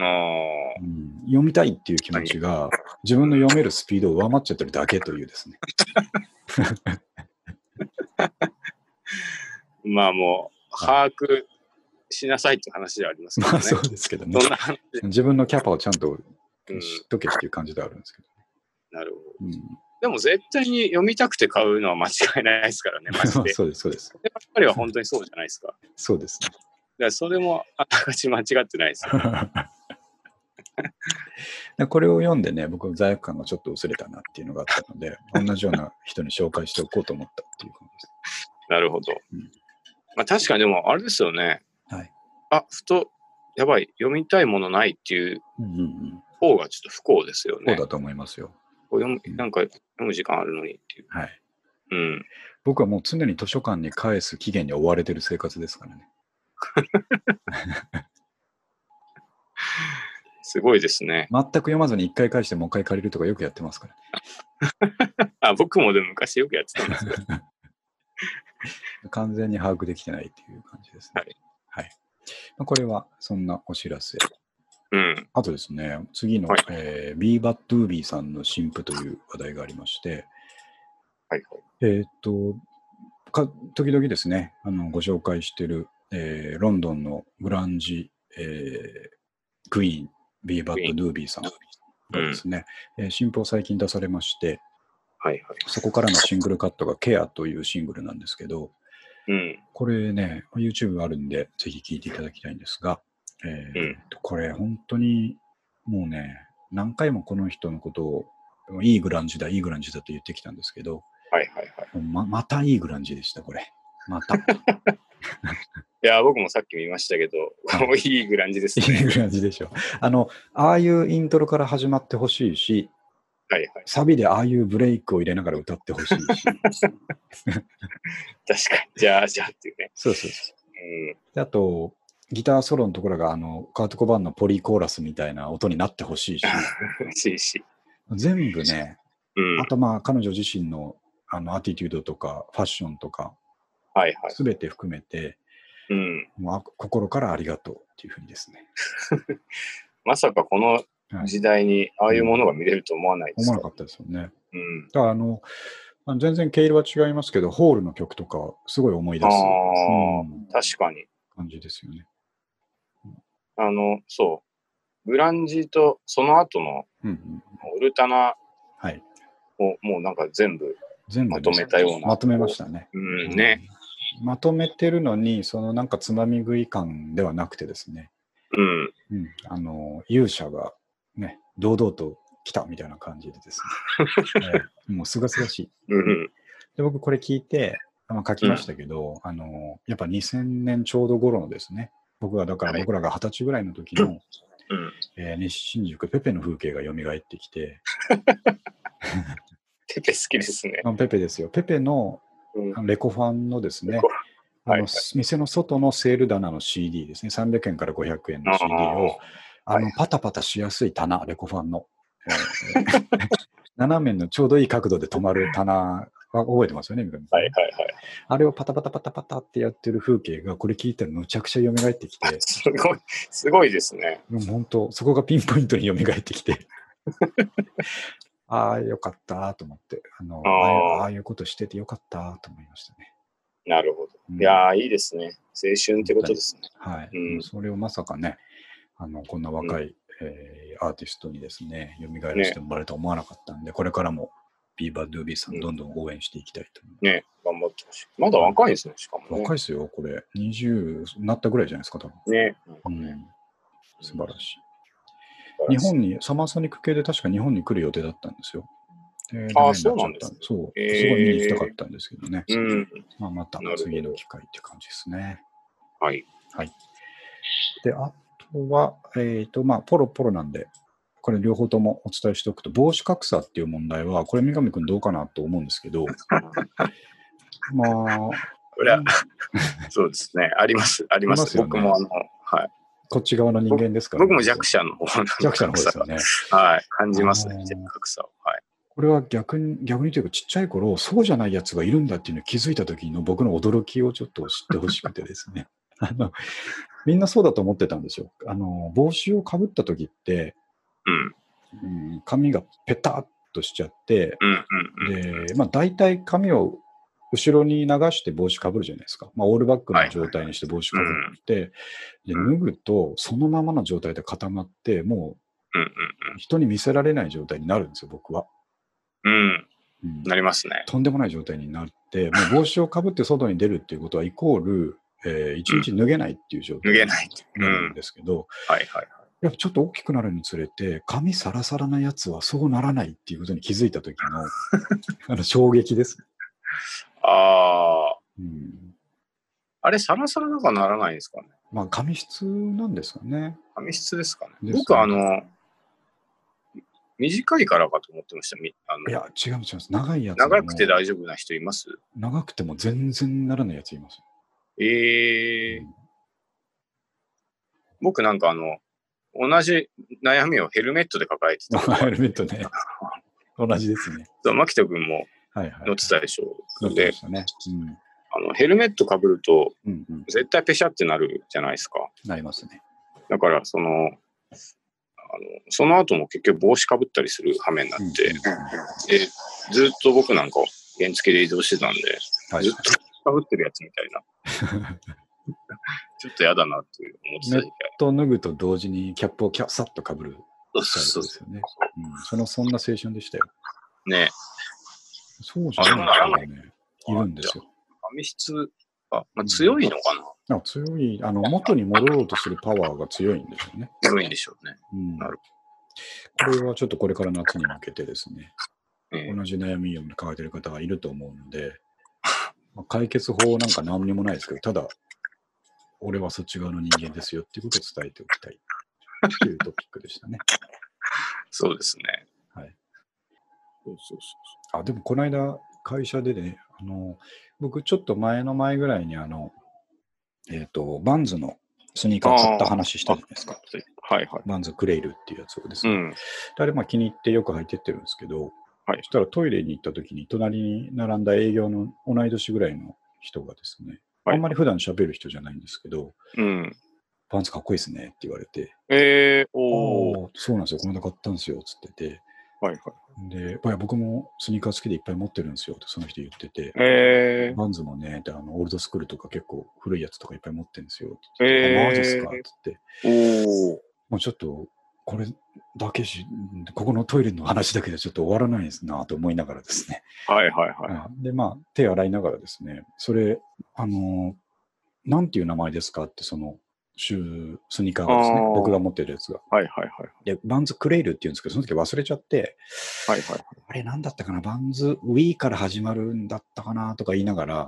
Speaker 2: ああ。
Speaker 1: うん読みたいっていう気持ちが自分の読めるスピードを上回っちゃってるだけという ですね。
Speaker 2: まあもう、
Speaker 1: は
Speaker 2: 把握しなさいって話ではありますけど
Speaker 1: ま
Speaker 2: ね。
Speaker 1: あそうですけどね
Speaker 2: そん。な話で。
Speaker 1: 自分のキャパをちゃんと
Speaker 2: うん
Speaker 1: 知っとけっていう感じではあるんですけど。
Speaker 2: なるほど。
Speaker 1: うん
Speaker 2: でも絶対に読みたくて買うのは間違いないですからね、マジ で。
Speaker 1: そうです、そうです。
Speaker 2: やっぱりは本当にそうじゃないですか。だか
Speaker 1: そうですね。
Speaker 2: らそれもあながち間違ってないですよ。
Speaker 1: でこれを読んでね、僕の罪悪感がちょっと薄れたなっていうのがあったので、同じような人に紹介しておこうと思ったっていう感じで
Speaker 2: なるほど
Speaker 1: うん。
Speaker 2: まあ確かにでもあれですよね。
Speaker 1: はい
Speaker 2: あ、ふと、やばい、読みたいものないっていう
Speaker 1: す。うんうんうん、
Speaker 2: 方がちょっと不幸ですよ
Speaker 1: そう
Speaker 2: ね。
Speaker 1: だと思いますよ。
Speaker 2: こう読むなんか読む時間あるのにっていう。
Speaker 1: はい。
Speaker 2: うん。
Speaker 1: 僕はもう常に図書館に返す期限に追われてる生活ですからね。
Speaker 2: すごいですね。
Speaker 1: 全く読まずに一回返してもう一回借りるとかよくやってますから。
Speaker 2: あ、僕もでも昔よくやって たんですよ。
Speaker 1: 完全に把握できてないっていう感じですね。はい。まあこれはそんなお知らせ。
Speaker 2: うん。
Speaker 1: あとですね、次の、
Speaker 2: はい
Speaker 1: えー、ビーバッドゥービーさんの新婦という話題がありまして、
Speaker 2: はい。
Speaker 1: えーっと、か時々ですね、あのご紹介している、えーロンドンのグランジ、えークイーン、ビーバッド・ドゥービーさんがですね、えー新譜を最近出されまして、
Speaker 2: はいはい。
Speaker 1: そこからのシングルカットがケアというシングルなんですけど、
Speaker 2: うん。
Speaker 1: これね、YouTube あるんで、ぜひ聴いていただきたいんですが、えー
Speaker 2: うん
Speaker 1: これ本当にもうね、何回もこの人のことを、いいグランジだ、いいグランジだと言ってきたんですけど、
Speaker 2: はいはいはい。
Speaker 1: ままたいいグランジでした、これ。また。
Speaker 2: いや、僕もさっき見ましたけど、いいグランジです
Speaker 1: いい
Speaker 2: ね。
Speaker 1: グランジでしょ。あの、ああいうイントロから始まってほしいし、
Speaker 2: はいはい。
Speaker 1: サビでああいうブレイクを入れながら歌ってほしいし。
Speaker 2: 確かに。じゃあ、じゃあっていうね。
Speaker 1: そうそうそう。
Speaker 2: うん。
Speaker 1: であと、ギターソロのところが、あの、カート・コバーンのポリコーラスみたいな音になってほしいし、
Speaker 2: 嬉しいし。
Speaker 1: 全部ね、
Speaker 2: うん。
Speaker 1: あとまあ、彼女自身の、あの、アティテュードとか、ファッションとか、
Speaker 2: はいはい。
Speaker 1: すべて含めて、
Speaker 2: うん。
Speaker 1: もうあ心からありがとうっていうふうにですね。
Speaker 2: まさかこの
Speaker 1: はい
Speaker 2: 時代にああいうものが見れると思わないで
Speaker 1: 思
Speaker 2: す
Speaker 1: わな
Speaker 2: か
Speaker 1: かったですよね。
Speaker 2: うん。
Speaker 1: だからあの、あの全然毛色は違いますけど、ホールの曲とかはすごい思い出す、
Speaker 2: あー
Speaker 1: うん
Speaker 2: 確かに。
Speaker 1: 感じですよね。
Speaker 2: あの、そう。グランジとその後の
Speaker 1: うんうん、
Speaker 2: オルタナ
Speaker 1: はい。
Speaker 2: をもうなんか全部、
Speaker 1: 全部ね
Speaker 2: まとめたような
Speaker 1: まとめましたね。
Speaker 2: うんね。
Speaker 1: うん。まとめてるのに、そのなんかつまみ食い感ではなくてですね、
Speaker 2: うん。
Speaker 1: うん、あの勇者がね、堂々と来たみたいな感じでです ね、ええもうすがすがしい。
Speaker 2: うん。
Speaker 1: で、僕これ聞いて、まあ、書きましたけど、あの、やっぱ2000年ちょうど頃のですね、僕がだから
Speaker 2: はい
Speaker 1: 僕らが二十歳ぐらいの時の、
Speaker 2: うん。
Speaker 1: えー西新宿ペペの風景が蘇ってきて、
Speaker 2: テペ好きですね。
Speaker 1: あペペですよ。ペペの
Speaker 2: うん
Speaker 1: あのレコファンのですね
Speaker 2: レコ、
Speaker 1: あの
Speaker 2: はいはい
Speaker 1: 店の外のセール棚の CD ですね、300円から500円の CD を、あ
Speaker 2: はい
Speaker 1: のパタパタしやすい棚、 レコファンの、えー斜めのちょうどいい角度で止まる棚あ覚えてますよね、三上さん。
Speaker 2: はいはいはい。
Speaker 1: あれをパタパタパタパタってやってる風景が、これ聞いたらむちゃくちゃ蘇ってきて、
Speaker 2: すごい、すごいですね。
Speaker 1: もう本当、そこがピンポイントに蘇ってきて、 ああ、よかったと思って、あの
Speaker 2: あー
Speaker 1: ああいうああいうことしててよかったと思いましたね。
Speaker 2: なるほど。
Speaker 1: うん
Speaker 2: いやー、いいですね。青春ってことですね。
Speaker 1: はい、
Speaker 2: うん
Speaker 1: それをまさかね、あのこんな若い、えーアーティストにですね、蘇らせてもらえるとは思わなかったんで、これからもビーバードゥービーさ、
Speaker 2: うんん
Speaker 1: どんどん応援していきたいと思います。
Speaker 2: ね、頑張ってほしい。まだ若いですね、しかもね。
Speaker 1: 若いですよ、これ。20なったぐらいじゃないですか、多分。
Speaker 2: ね。
Speaker 1: うん、素晴らし
Speaker 2: 素晴らしい
Speaker 1: い。日本に、サマーソニック系で確か日本に来る予定だったんですよ。で
Speaker 2: あー
Speaker 1: ダメにっちゃった
Speaker 2: そうなん
Speaker 1: そ
Speaker 2: ですね
Speaker 1: う。
Speaker 2: へー
Speaker 1: すごい見に行きたかったんですけどね。
Speaker 2: うん。
Speaker 1: まあ、また
Speaker 2: なるほど
Speaker 1: 次の機会って感じですね。
Speaker 2: はい。
Speaker 1: で、あとは、えっ、と、まあ、ポロポロなんで、これ両方ともお伝えしておくと、帽子格差っていう問題は、これ三上君どうかなと思うんですけ ど、まあ、
Speaker 2: これは、そうですね。あります、あります。
Speaker 1: ありますよね
Speaker 2: 僕もあの、はい。
Speaker 1: こっち側の人間ですから、
Speaker 2: 僕も弱者の方なんで
Speaker 1: 弱者の方ですよね。
Speaker 2: はい。感じます
Speaker 1: あ
Speaker 2: ね
Speaker 1: の、ー
Speaker 2: 格差を。はい。
Speaker 1: これは逆に、逆にというか、ちっちゃい頃、そうじゃないやつがいるんだっていうのを気づいた時の僕の驚きをちょっと知ってほしくてですね。 あの、みんなそうだと思ってたんですよ。あの、帽子をかぶった時って、
Speaker 2: うん。
Speaker 1: うん、髪がペタッとしちゃって、
Speaker 2: うんうんうん。
Speaker 1: で、まあ大体髪を後ろに流して帽子かぶるじゃないですか。まあオールバックの状態にして帽子かぶって、で、脱ぐとそのままの状態で固まって、も
Speaker 2: うん
Speaker 1: う人に見せられない状態になるんですよ、僕は。
Speaker 2: うんうん。うん。
Speaker 1: うん
Speaker 2: なりますね。
Speaker 1: とんでもない状態になって、もう帽子をかぶって外に出るっていうこと は、イコール、えー一日脱げないっていう状
Speaker 2: 脱
Speaker 1: 態
Speaker 2: げない。
Speaker 1: になるんですけど、
Speaker 2: はいはい。
Speaker 1: やっぱちょっと大きくなるにつれて、髪サラサラなやつはそうならないっていうことに気づいた 時のあの衝撃です。
Speaker 2: ああ、
Speaker 1: うん
Speaker 2: あれ、サラサラだからならないんですかね。
Speaker 1: まあ、髪質なんですかね。
Speaker 2: 紙質ですかね。
Speaker 1: ですね
Speaker 2: 僕、あの、短いからかと思ってました。みあ
Speaker 1: い
Speaker 2: の
Speaker 1: や、違う違います。長いやつでも
Speaker 2: 長くて大丈夫な人います
Speaker 1: 長くても全然ならないやついます。
Speaker 2: ええ
Speaker 1: うん
Speaker 2: 僕なんかあの、同じ悩みをヘルメットで抱えて た。
Speaker 1: ヘルメットね。同じですね。
Speaker 2: そう牧田君も
Speaker 1: はいはい。
Speaker 2: 乗ってたでしょ。
Speaker 1: 乗ってま
Speaker 2: で
Speaker 1: したね。うん
Speaker 2: あの、ヘルメットかぶると、
Speaker 1: うんうん、
Speaker 2: 絶対ペシャってなるじゃないですか。
Speaker 1: なりますね。
Speaker 2: だから、その、あのその後も結局帽子かぶったりする羽目になっ
Speaker 1: うんうん
Speaker 2: て、
Speaker 1: うん
Speaker 2: で、ずっと僕なんか原付で移動してたんで、
Speaker 1: はい
Speaker 2: ずっとかぶってるやつみたいな。 ちょっと嫌だなっていう思ってた時期あ
Speaker 1: と脱ぐと同時にキャップをキャッサッとかぶる
Speaker 2: る。
Speaker 1: タイプで
Speaker 2: そうそ
Speaker 1: すよね。うん、そのそんな青春でしたよ。
Speaker 2: う。ね
Speaker 1: そうじゃないですね。いるんですよ。
Speaker 2: 紙質が、まあ、強いのかな、
Speaker 1: なんか強い、あの、元に戻ろうとするパワーが強いんですよね。
Speaker 2: 強いんでしょうね。
Speaker 1: うん、
Speaker 2: なる
Speaker 1: これはちょっとこれから夏に向けてですね、
Speaker 2: ええ
Speaker 1: 同じ悩みを抱えている方がいると思うので、まあ解決法なんか何にもないですけど、ただ、俺はそっち側の人間ですよっていうことを伝えておきたいっていうトピックでしたね。
Speaker 2: そうですね。
Speaker 1: はい。
Speaker 2: そうそうそう
Speaker 1: あ、でもこの間、会社でね、あの、僕ちょっと前の前ぐらいに、あの、えっ、と、バンズのスニーカー買った話したじゃないですか。
Speaker 2: そう。はいはい。
Speaker 1: バンズクレイルっていうやつをです
Speaker 2: う
Speaker 1: ね。
Speaker 2: ん。
Speaker 1: であれ、まあ気に入ってよく履いてってるんですけど、
Speaker 2: はい
Speaker 1: そしたらトイレに行った時に、隣に並んだ営業の同い年ぐらいの人がですね、
Speaker 2: はい
Speaker 1: あんまり普段喋る人じゃないんですけど、
Speaker 2: うん。
Speaker 1: パンツかっこいいですねって言われて、
Speaker 2: えー、おー。
Speaker 1: おーそうなんですよ、この間買ったんですよ、つってて、
Speaker 2: はいはい。
Speaker 1: で、やっぱり僕もスニーカー好きでいっぱい持ってるんですよってその人言ってて、
Speaker 2: え
Speaker 1: バンズもね、であのオールドスクールとか結構古いやつとかいっぱい持ってるんですよ。
Speaker 2: ー、
Speaker 1: あマジっす
Speaker 2: え
Speaker 1: かって言って、
Speaker 2: ー、おー。
Speaker 1: もうちょっとこれだけし、ここのトイレの話だけでちょっと終わらないですなと思いながらですね。
Speaker 2: はいはいはい。
Speaker 1: うんで、まあ、手洗いながらですね、それ、あのー、なんていう名前ですかって、その、シュースニーカーがですね
Speaker 2: あー、
Speaker 1: 僕が持ってるやつが。
Speaker 2: はいはいはい。
Speaker 1: で、バンズクレイルっていうんですけど、その時忘れちゃって、
Speaker 2: はいはい。
Speaker 1: あれなんだったかな、バンズ、ウィーから始まるんだったかなとか言いながら、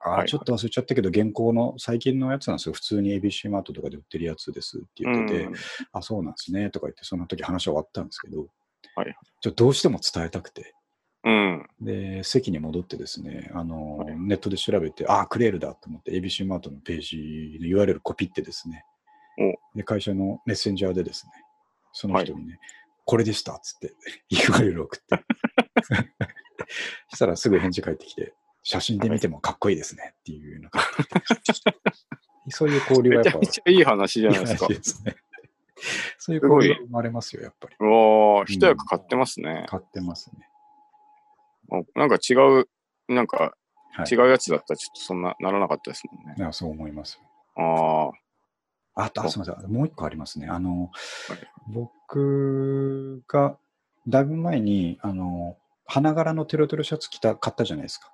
Speaker 1: あー
Speaker 2: はいはい
Speaker 1: ちょっと忘れちゃったけど、現行の最近のやつなんですよ。普通に ABC マートとかで売ってるやつですって言ってて、
Speaker 2: うん
Speaker 1: あ、そうなんですねとか言って、その時話は終わったんですけど、
Speaker 2: はい
Speaker 1: ちょっとどうしても伝えたくて、
Speaker 2: うん。
Speaker 1: で、席に戻ってですね、あの
Speaker 2: はい
Speaker 1: ネットで調べて、ああ、クレールだと思って、ABC マートのページの URL コピってですね、で会社のメッセンジャーでですね、 その人にね、これでしたっつって URL 送って、したらすぐ返事返ってきて、写真で見てもかっこいいですねっていうのが。そういう交流
Speaker 2: め
Speaker 1: は
Speaker 2: ち
Speaker 1: や
Speaker 2: ゃ
Speaker 1: っぱ
Speaker 2: め、ちゃいい話じゃないですか。
Speaker 1: いいです ね。そういう交流が生まれますよ、やっぱり。
Speaker 2: うわー一役買ってますね。
Speaker 1: 買ってますね。
Speaker 2: あなんか違う、なんか
Speaker 1: はい、
Speaker 2: 違うやつだったらちょっとそんなならなかったですもんね。
Speaker 1: いやそう思います。
Speaker 2: ああ、
Speaker 1: あと、あ
Speaker 2: そう
Speaker 1: すみません。もう一個ありますね。あの
Speaker 2: はい、
Speaker 1: 僕が、だいぶ前に、あの、花柄のテロテロシャツ着た、買ったじゃないですか。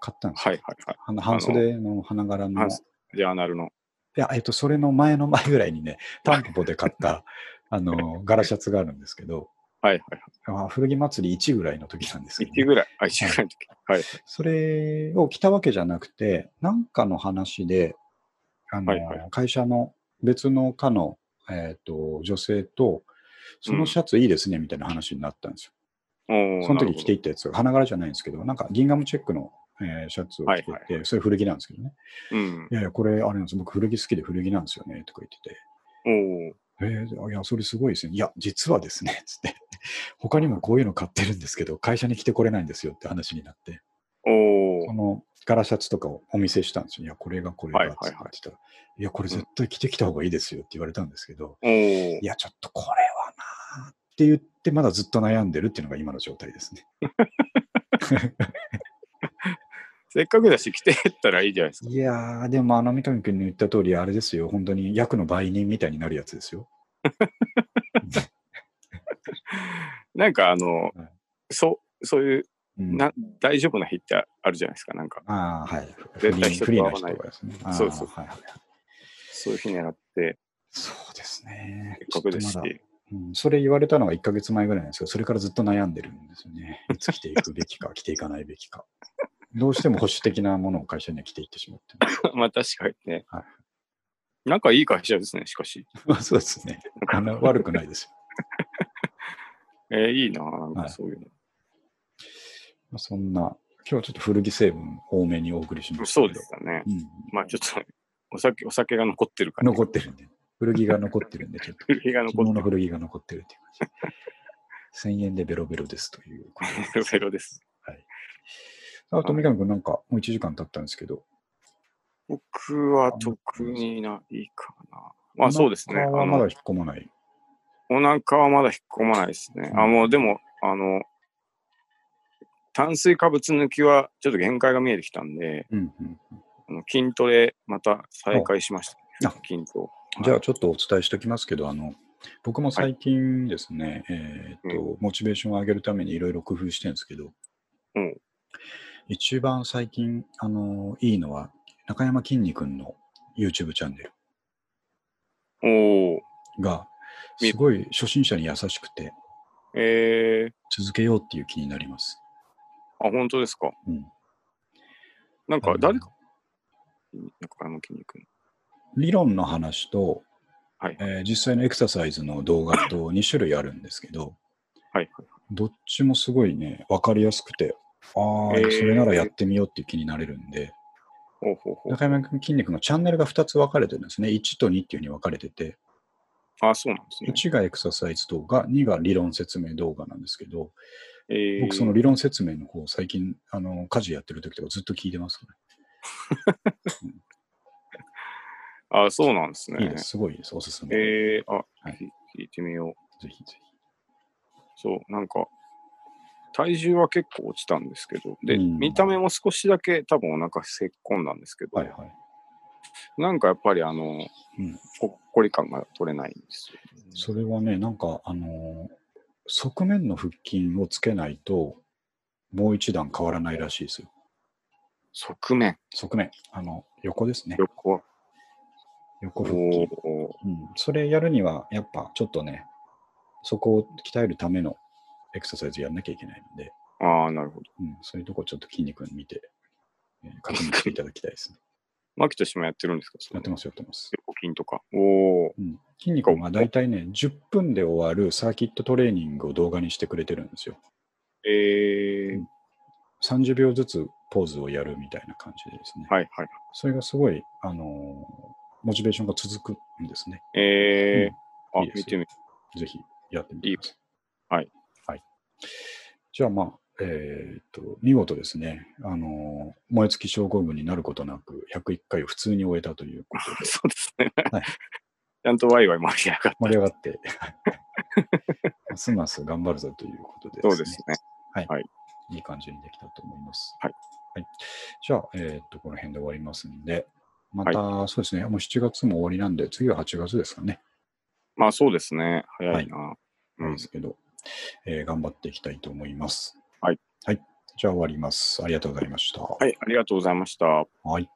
Speaker 1: 買ったんですよ。
Speaker 2: はいはいは
Speaker 1: あの半袖の花柄の、
Speaker 2: 半
Speaker 1: い
Speaker 2: 袖い。ジャーナルの。
Speaker 1: や、えっと、それの前の前ぐらいにね、タンポポで買った、あの、柄シャツがあるんですけど、
Speaker 2: はいはいはい。
Speaker 1: まあ古着祭り1ぐらいの時なんですけどね、
Speaker 2: 1ぐらい。あ、1ぐらいの時。はい。
Speaker 1: それを着たわけじゃなくて、なんかの話で、あの
Speaker 2: はいは
Speaker 1: 会社の別の課の、えー、と女性と、そのシャツいいですねみたいな話になったんですよ。
Speaker 2: おー
Speaker 1: その時着ていったやつが、花柄じゃないんですけど、なんかギンガムチェックの、えーシャツを着てて、
Speaker 2: はい
Speaker 1: それ古着なんですけどね。
Speaker 2: なるほ
Speaker 1: いやいや、これあれなんです僕古着好きで古着なんですよねとか言ってて。
Speaker 2: どうん。おー
Speaker 1: えー、いや、それすごいですね。いや、実はですね、つって。他にもこういうの買ってるんですけど、会社に着てこれないんですよって話になって。
Speaker 2: お
Speaker 1: そ
Speaker 2: ー
Speaker 1: の柄シャツとかをお見せしたんですよ。いや、これがこれが
Speaker 2: はい
Speaker 1: っ
Speaker 2: は
Speaker 1: て
Speaker 2: い
Speaker 1: 言
Speaker 2: はい
Speaker 1: ってたら、いや、これ絶対着てきた方がいいですよって言われたんですけど、
Speaker 2: お
Speaker 1: い
Speaker 2: ー
Speaker 1: や、ちょっとこれはなーって言って、まだずっと悩んでるっていうのが今の状態ですね。
Speaker 2: せっかくだし着てったらいいじゃないですか。
Speaker 1: いやー、でもあの三上君に言った通り、あれですよ、本当に役の売人みたいになるやつですよ。
Speaker 2: なんかあの、
Speaker 1: はい
Speaker 2: そう、そういう、
Speaker 1: うん、
Speaker 2: な大丈夫な日ってあるじゃないですか。なんか、
Speaker 1: ああ、はい。フリ
Speaker 2: 絶対
Speaker 1: ー
Speaker 2: 人と
Speaker 1: フリー
Speaker 2: 合
Speaker 1: な
Speaker 2: わ
Speaker 1: 人
Speaker 2: ない
Speaker 1: がですね。あー
Speaker 2: そうそう
Speaker 1: はいはい、
Speaker 2: そういう日狙って、
Speaker 1: そうですね。
Speaker 2: せっかくです
Speaker 1: ちょっとまだ
Speaker 2: し。
Speaker 1: うん、それ言われたのが1ヶ月前ぐらいなんですけど、それからずっと悩んでるんですよね。いつ着ていくべき か、着ていかないべきか。どうしても保守的なものを会社には着ていってしまってね、
Speaker 2: まあ確かにね。
Speaker 1: は
Speaker 2: 仲いい会社ですね、しかし。
Speaker 1: まあ そうですね。あの悪くないですよ。
Speaker 2: えーいいな、なんかそういうの。
Speaker 1: まあ、そんな、今日はちょっと古着成分多めにお送りしました
Speaker 2: そ
Speaker 1: け
Speaker 2: う
Speaker 1: ど。
Speaker 2: でしたね。
Speaker 1: うん、
Speaker 2: まあちょっと、お酒、お酒が残ってるから、
Speaker 1: 残ってるんで。古着が残ってるんで、ちょっと。
Speaker 2: 古着が残
Speaker 1: 昨日
Speaker 2: っ
Speaker 1: の
Speaker 2: て
Speaker 1: 古着が残ってるっていう感じ。1000円でベロベロですということで
Speaker 2: る。ゼロです。
Speaker 1: あと、三上君なんかもう1時間経ったんですけど。
Speaker 2: 僕は特にないかな。まあそうですね。
Speaker 1: お
Speaker 2: あ
Speaker 1: 腹はまだ
Speaker 2: の、
Speaker 1: 引っ込まない。
Speaker 2: お腹はまだ引っ込まないですね。あ、もうでも、あの、炭水化物抜きはちょっと限界が見えてきたんで、
Speaker 1: うんうん
Speaker 2: あの筋トレまた再開しました、
Speaker 1: あ
Speaker 2: 筋トレ。
Speaker 1: じゃ
Speaker 2: は
Speaker 1: あちょっとお伝えしておきますけど、あの僕も最近ですね、えーっとモチベーションを上げるためにいろいろ工夫してるんですけど、
Speaker 2: うん
Speaker 1: 一番最近あのいいのは、中山きんに君の YouTube チャンネル
Speaker 2: いおお
Speaker 1: が、
Speaker 2: 見る
Speaker 1: すごい初心者に優しくて、
Speaker 2: え
Speaker 1: 続けようっていう気になります。
Speaker 2: ー、あ、本当ですか。
Speaker 1: うん、
Speaker 2: な
Speaker 1: あ
Speaker 2: んか
Speaker 1: の
Speaker 2: 誰か、なんかあの筋肉の。
Speaker 1: 理論の話と、
Speaker 2: はい
Speaker 1: えー実際のエクササイズの動画と2種類あるんですけど、
Speaker 2: はい。
Speaker 1: どっちもすごいね、分かりやすくて、ああ、
Speaker 2: えー
Speaker 1: それならやってみようっていう気になれるんで、
Speaker 2: ほうほうほ
Speaker 1: 中山筋肉のチャンネルが2つ分かれてるんですね。1と2っていうふうに分かれてて、
Speaker 2: う。あ、そうなんですね。
Speaker 1: 1がエクササイズ動画、2が理論説明動画なんですけど、
Speaker 2: えー、
Speaker 1: 僕その理論説明の方、最近、あの、家事やってる時とかずっと聞いてます
Speaker 2: あ、そうなんです
Speaker 1: ね、
Speaker 2: ね。
Speaker 1: いいです。すごいです。おすすめ。
Speaker 2: えー、あ、
Speaker 1: はい
Speaker 2: ひ聞いてみよう。
Speaker 1: ぜひぜ
Speaker 2: そう、なんか、体重は結構落ちたんですけど、で、
Speaker 1: うん
Speaker 2: 見た目も少しだけ多分お腹せっこんだんですけど、
Speaker 1: ひ。はいはい。
Speaker 2: なんかやっぱりあの、
Speaker 1: うん
Speaker 2: ほっこり感が取れないんですよ、
Speaker 1: それはね、なんか、あのー側面の腹筋をつけないと、もう一段変わらないらしいですよ。
Speaker 2: 側面、
Speaker 1: 側面、あの、横ですね。
Speaker 2: 横、
Speaker 1: 横
Speaker 2: お
Speaker 1: 腹筋。う
Speaker 2: ー
Speaker 1: ん、それやるには、やっぱちょっとね、そこを鍛えるためのエクササイズやんなきゃいけないので、
Speaker 2: ああ、なるほど。
Speaker 1: うん、そういうとこちょっと筋肉見て、えー確認していただきたい ですね。
Speaker 2: 牧田氏もやってるんですかそ
Speaker 1: や
Speaker 2: の
Speaker 1: ってます、やってます。
Speaker 2: 横筋とか。おー
Speaker 1: うん、筋肉が大体ね、10分で終わるサーキットトレーニングを動画にしてくれてるんですよ。
Speaker 2: えー、
Speaker 1: 30秒ずつポーズをやるみたいな感じでですね。
Speaker 2: はいはい。
Speaker 1: それがすごい、あのーモチベーションが続くんですね。
Speaker 2: えー、
Speaker 1: うん
Speaker 2: あ、
Speaker 1: いいですよ
Speaker 2: 見てみる。
Speaker 1: ぜひやってみてください。
Speaker 2: はい。
Speaker 1: はい。じゃあまあ、えーっと、見事ですね、あの、燃え尽き症候群になることなく、101回を普通に終えたと いうことで、
Speaker 2: そうですね。
Speaker 1: はい
Speaker 2: ちゃんとワイワイ盛り上がった。
Speaker 1: 盛り上がって、ますます頑張るぞということで
Speaker 2: そうですね。
Speaker 1: いい感じにできたと思います。
Speaker 2: はい。
Speaker 1: はい、じゃあ、えーっと、この辺で終わりますんで、また、そうですね、もう7月も終わりなんで、次は8月ですかね、
Speaker 2: まあそうですね。早いな。うん
Speaker 1: ですけど、えー頑張っていきたいと思います。
Speaker 2: はい。
Speaker 1: はい。じゃあ終わります。ありがとうございました。
Speaker 2: はい、ありがとうございました。
Speaker 1: はい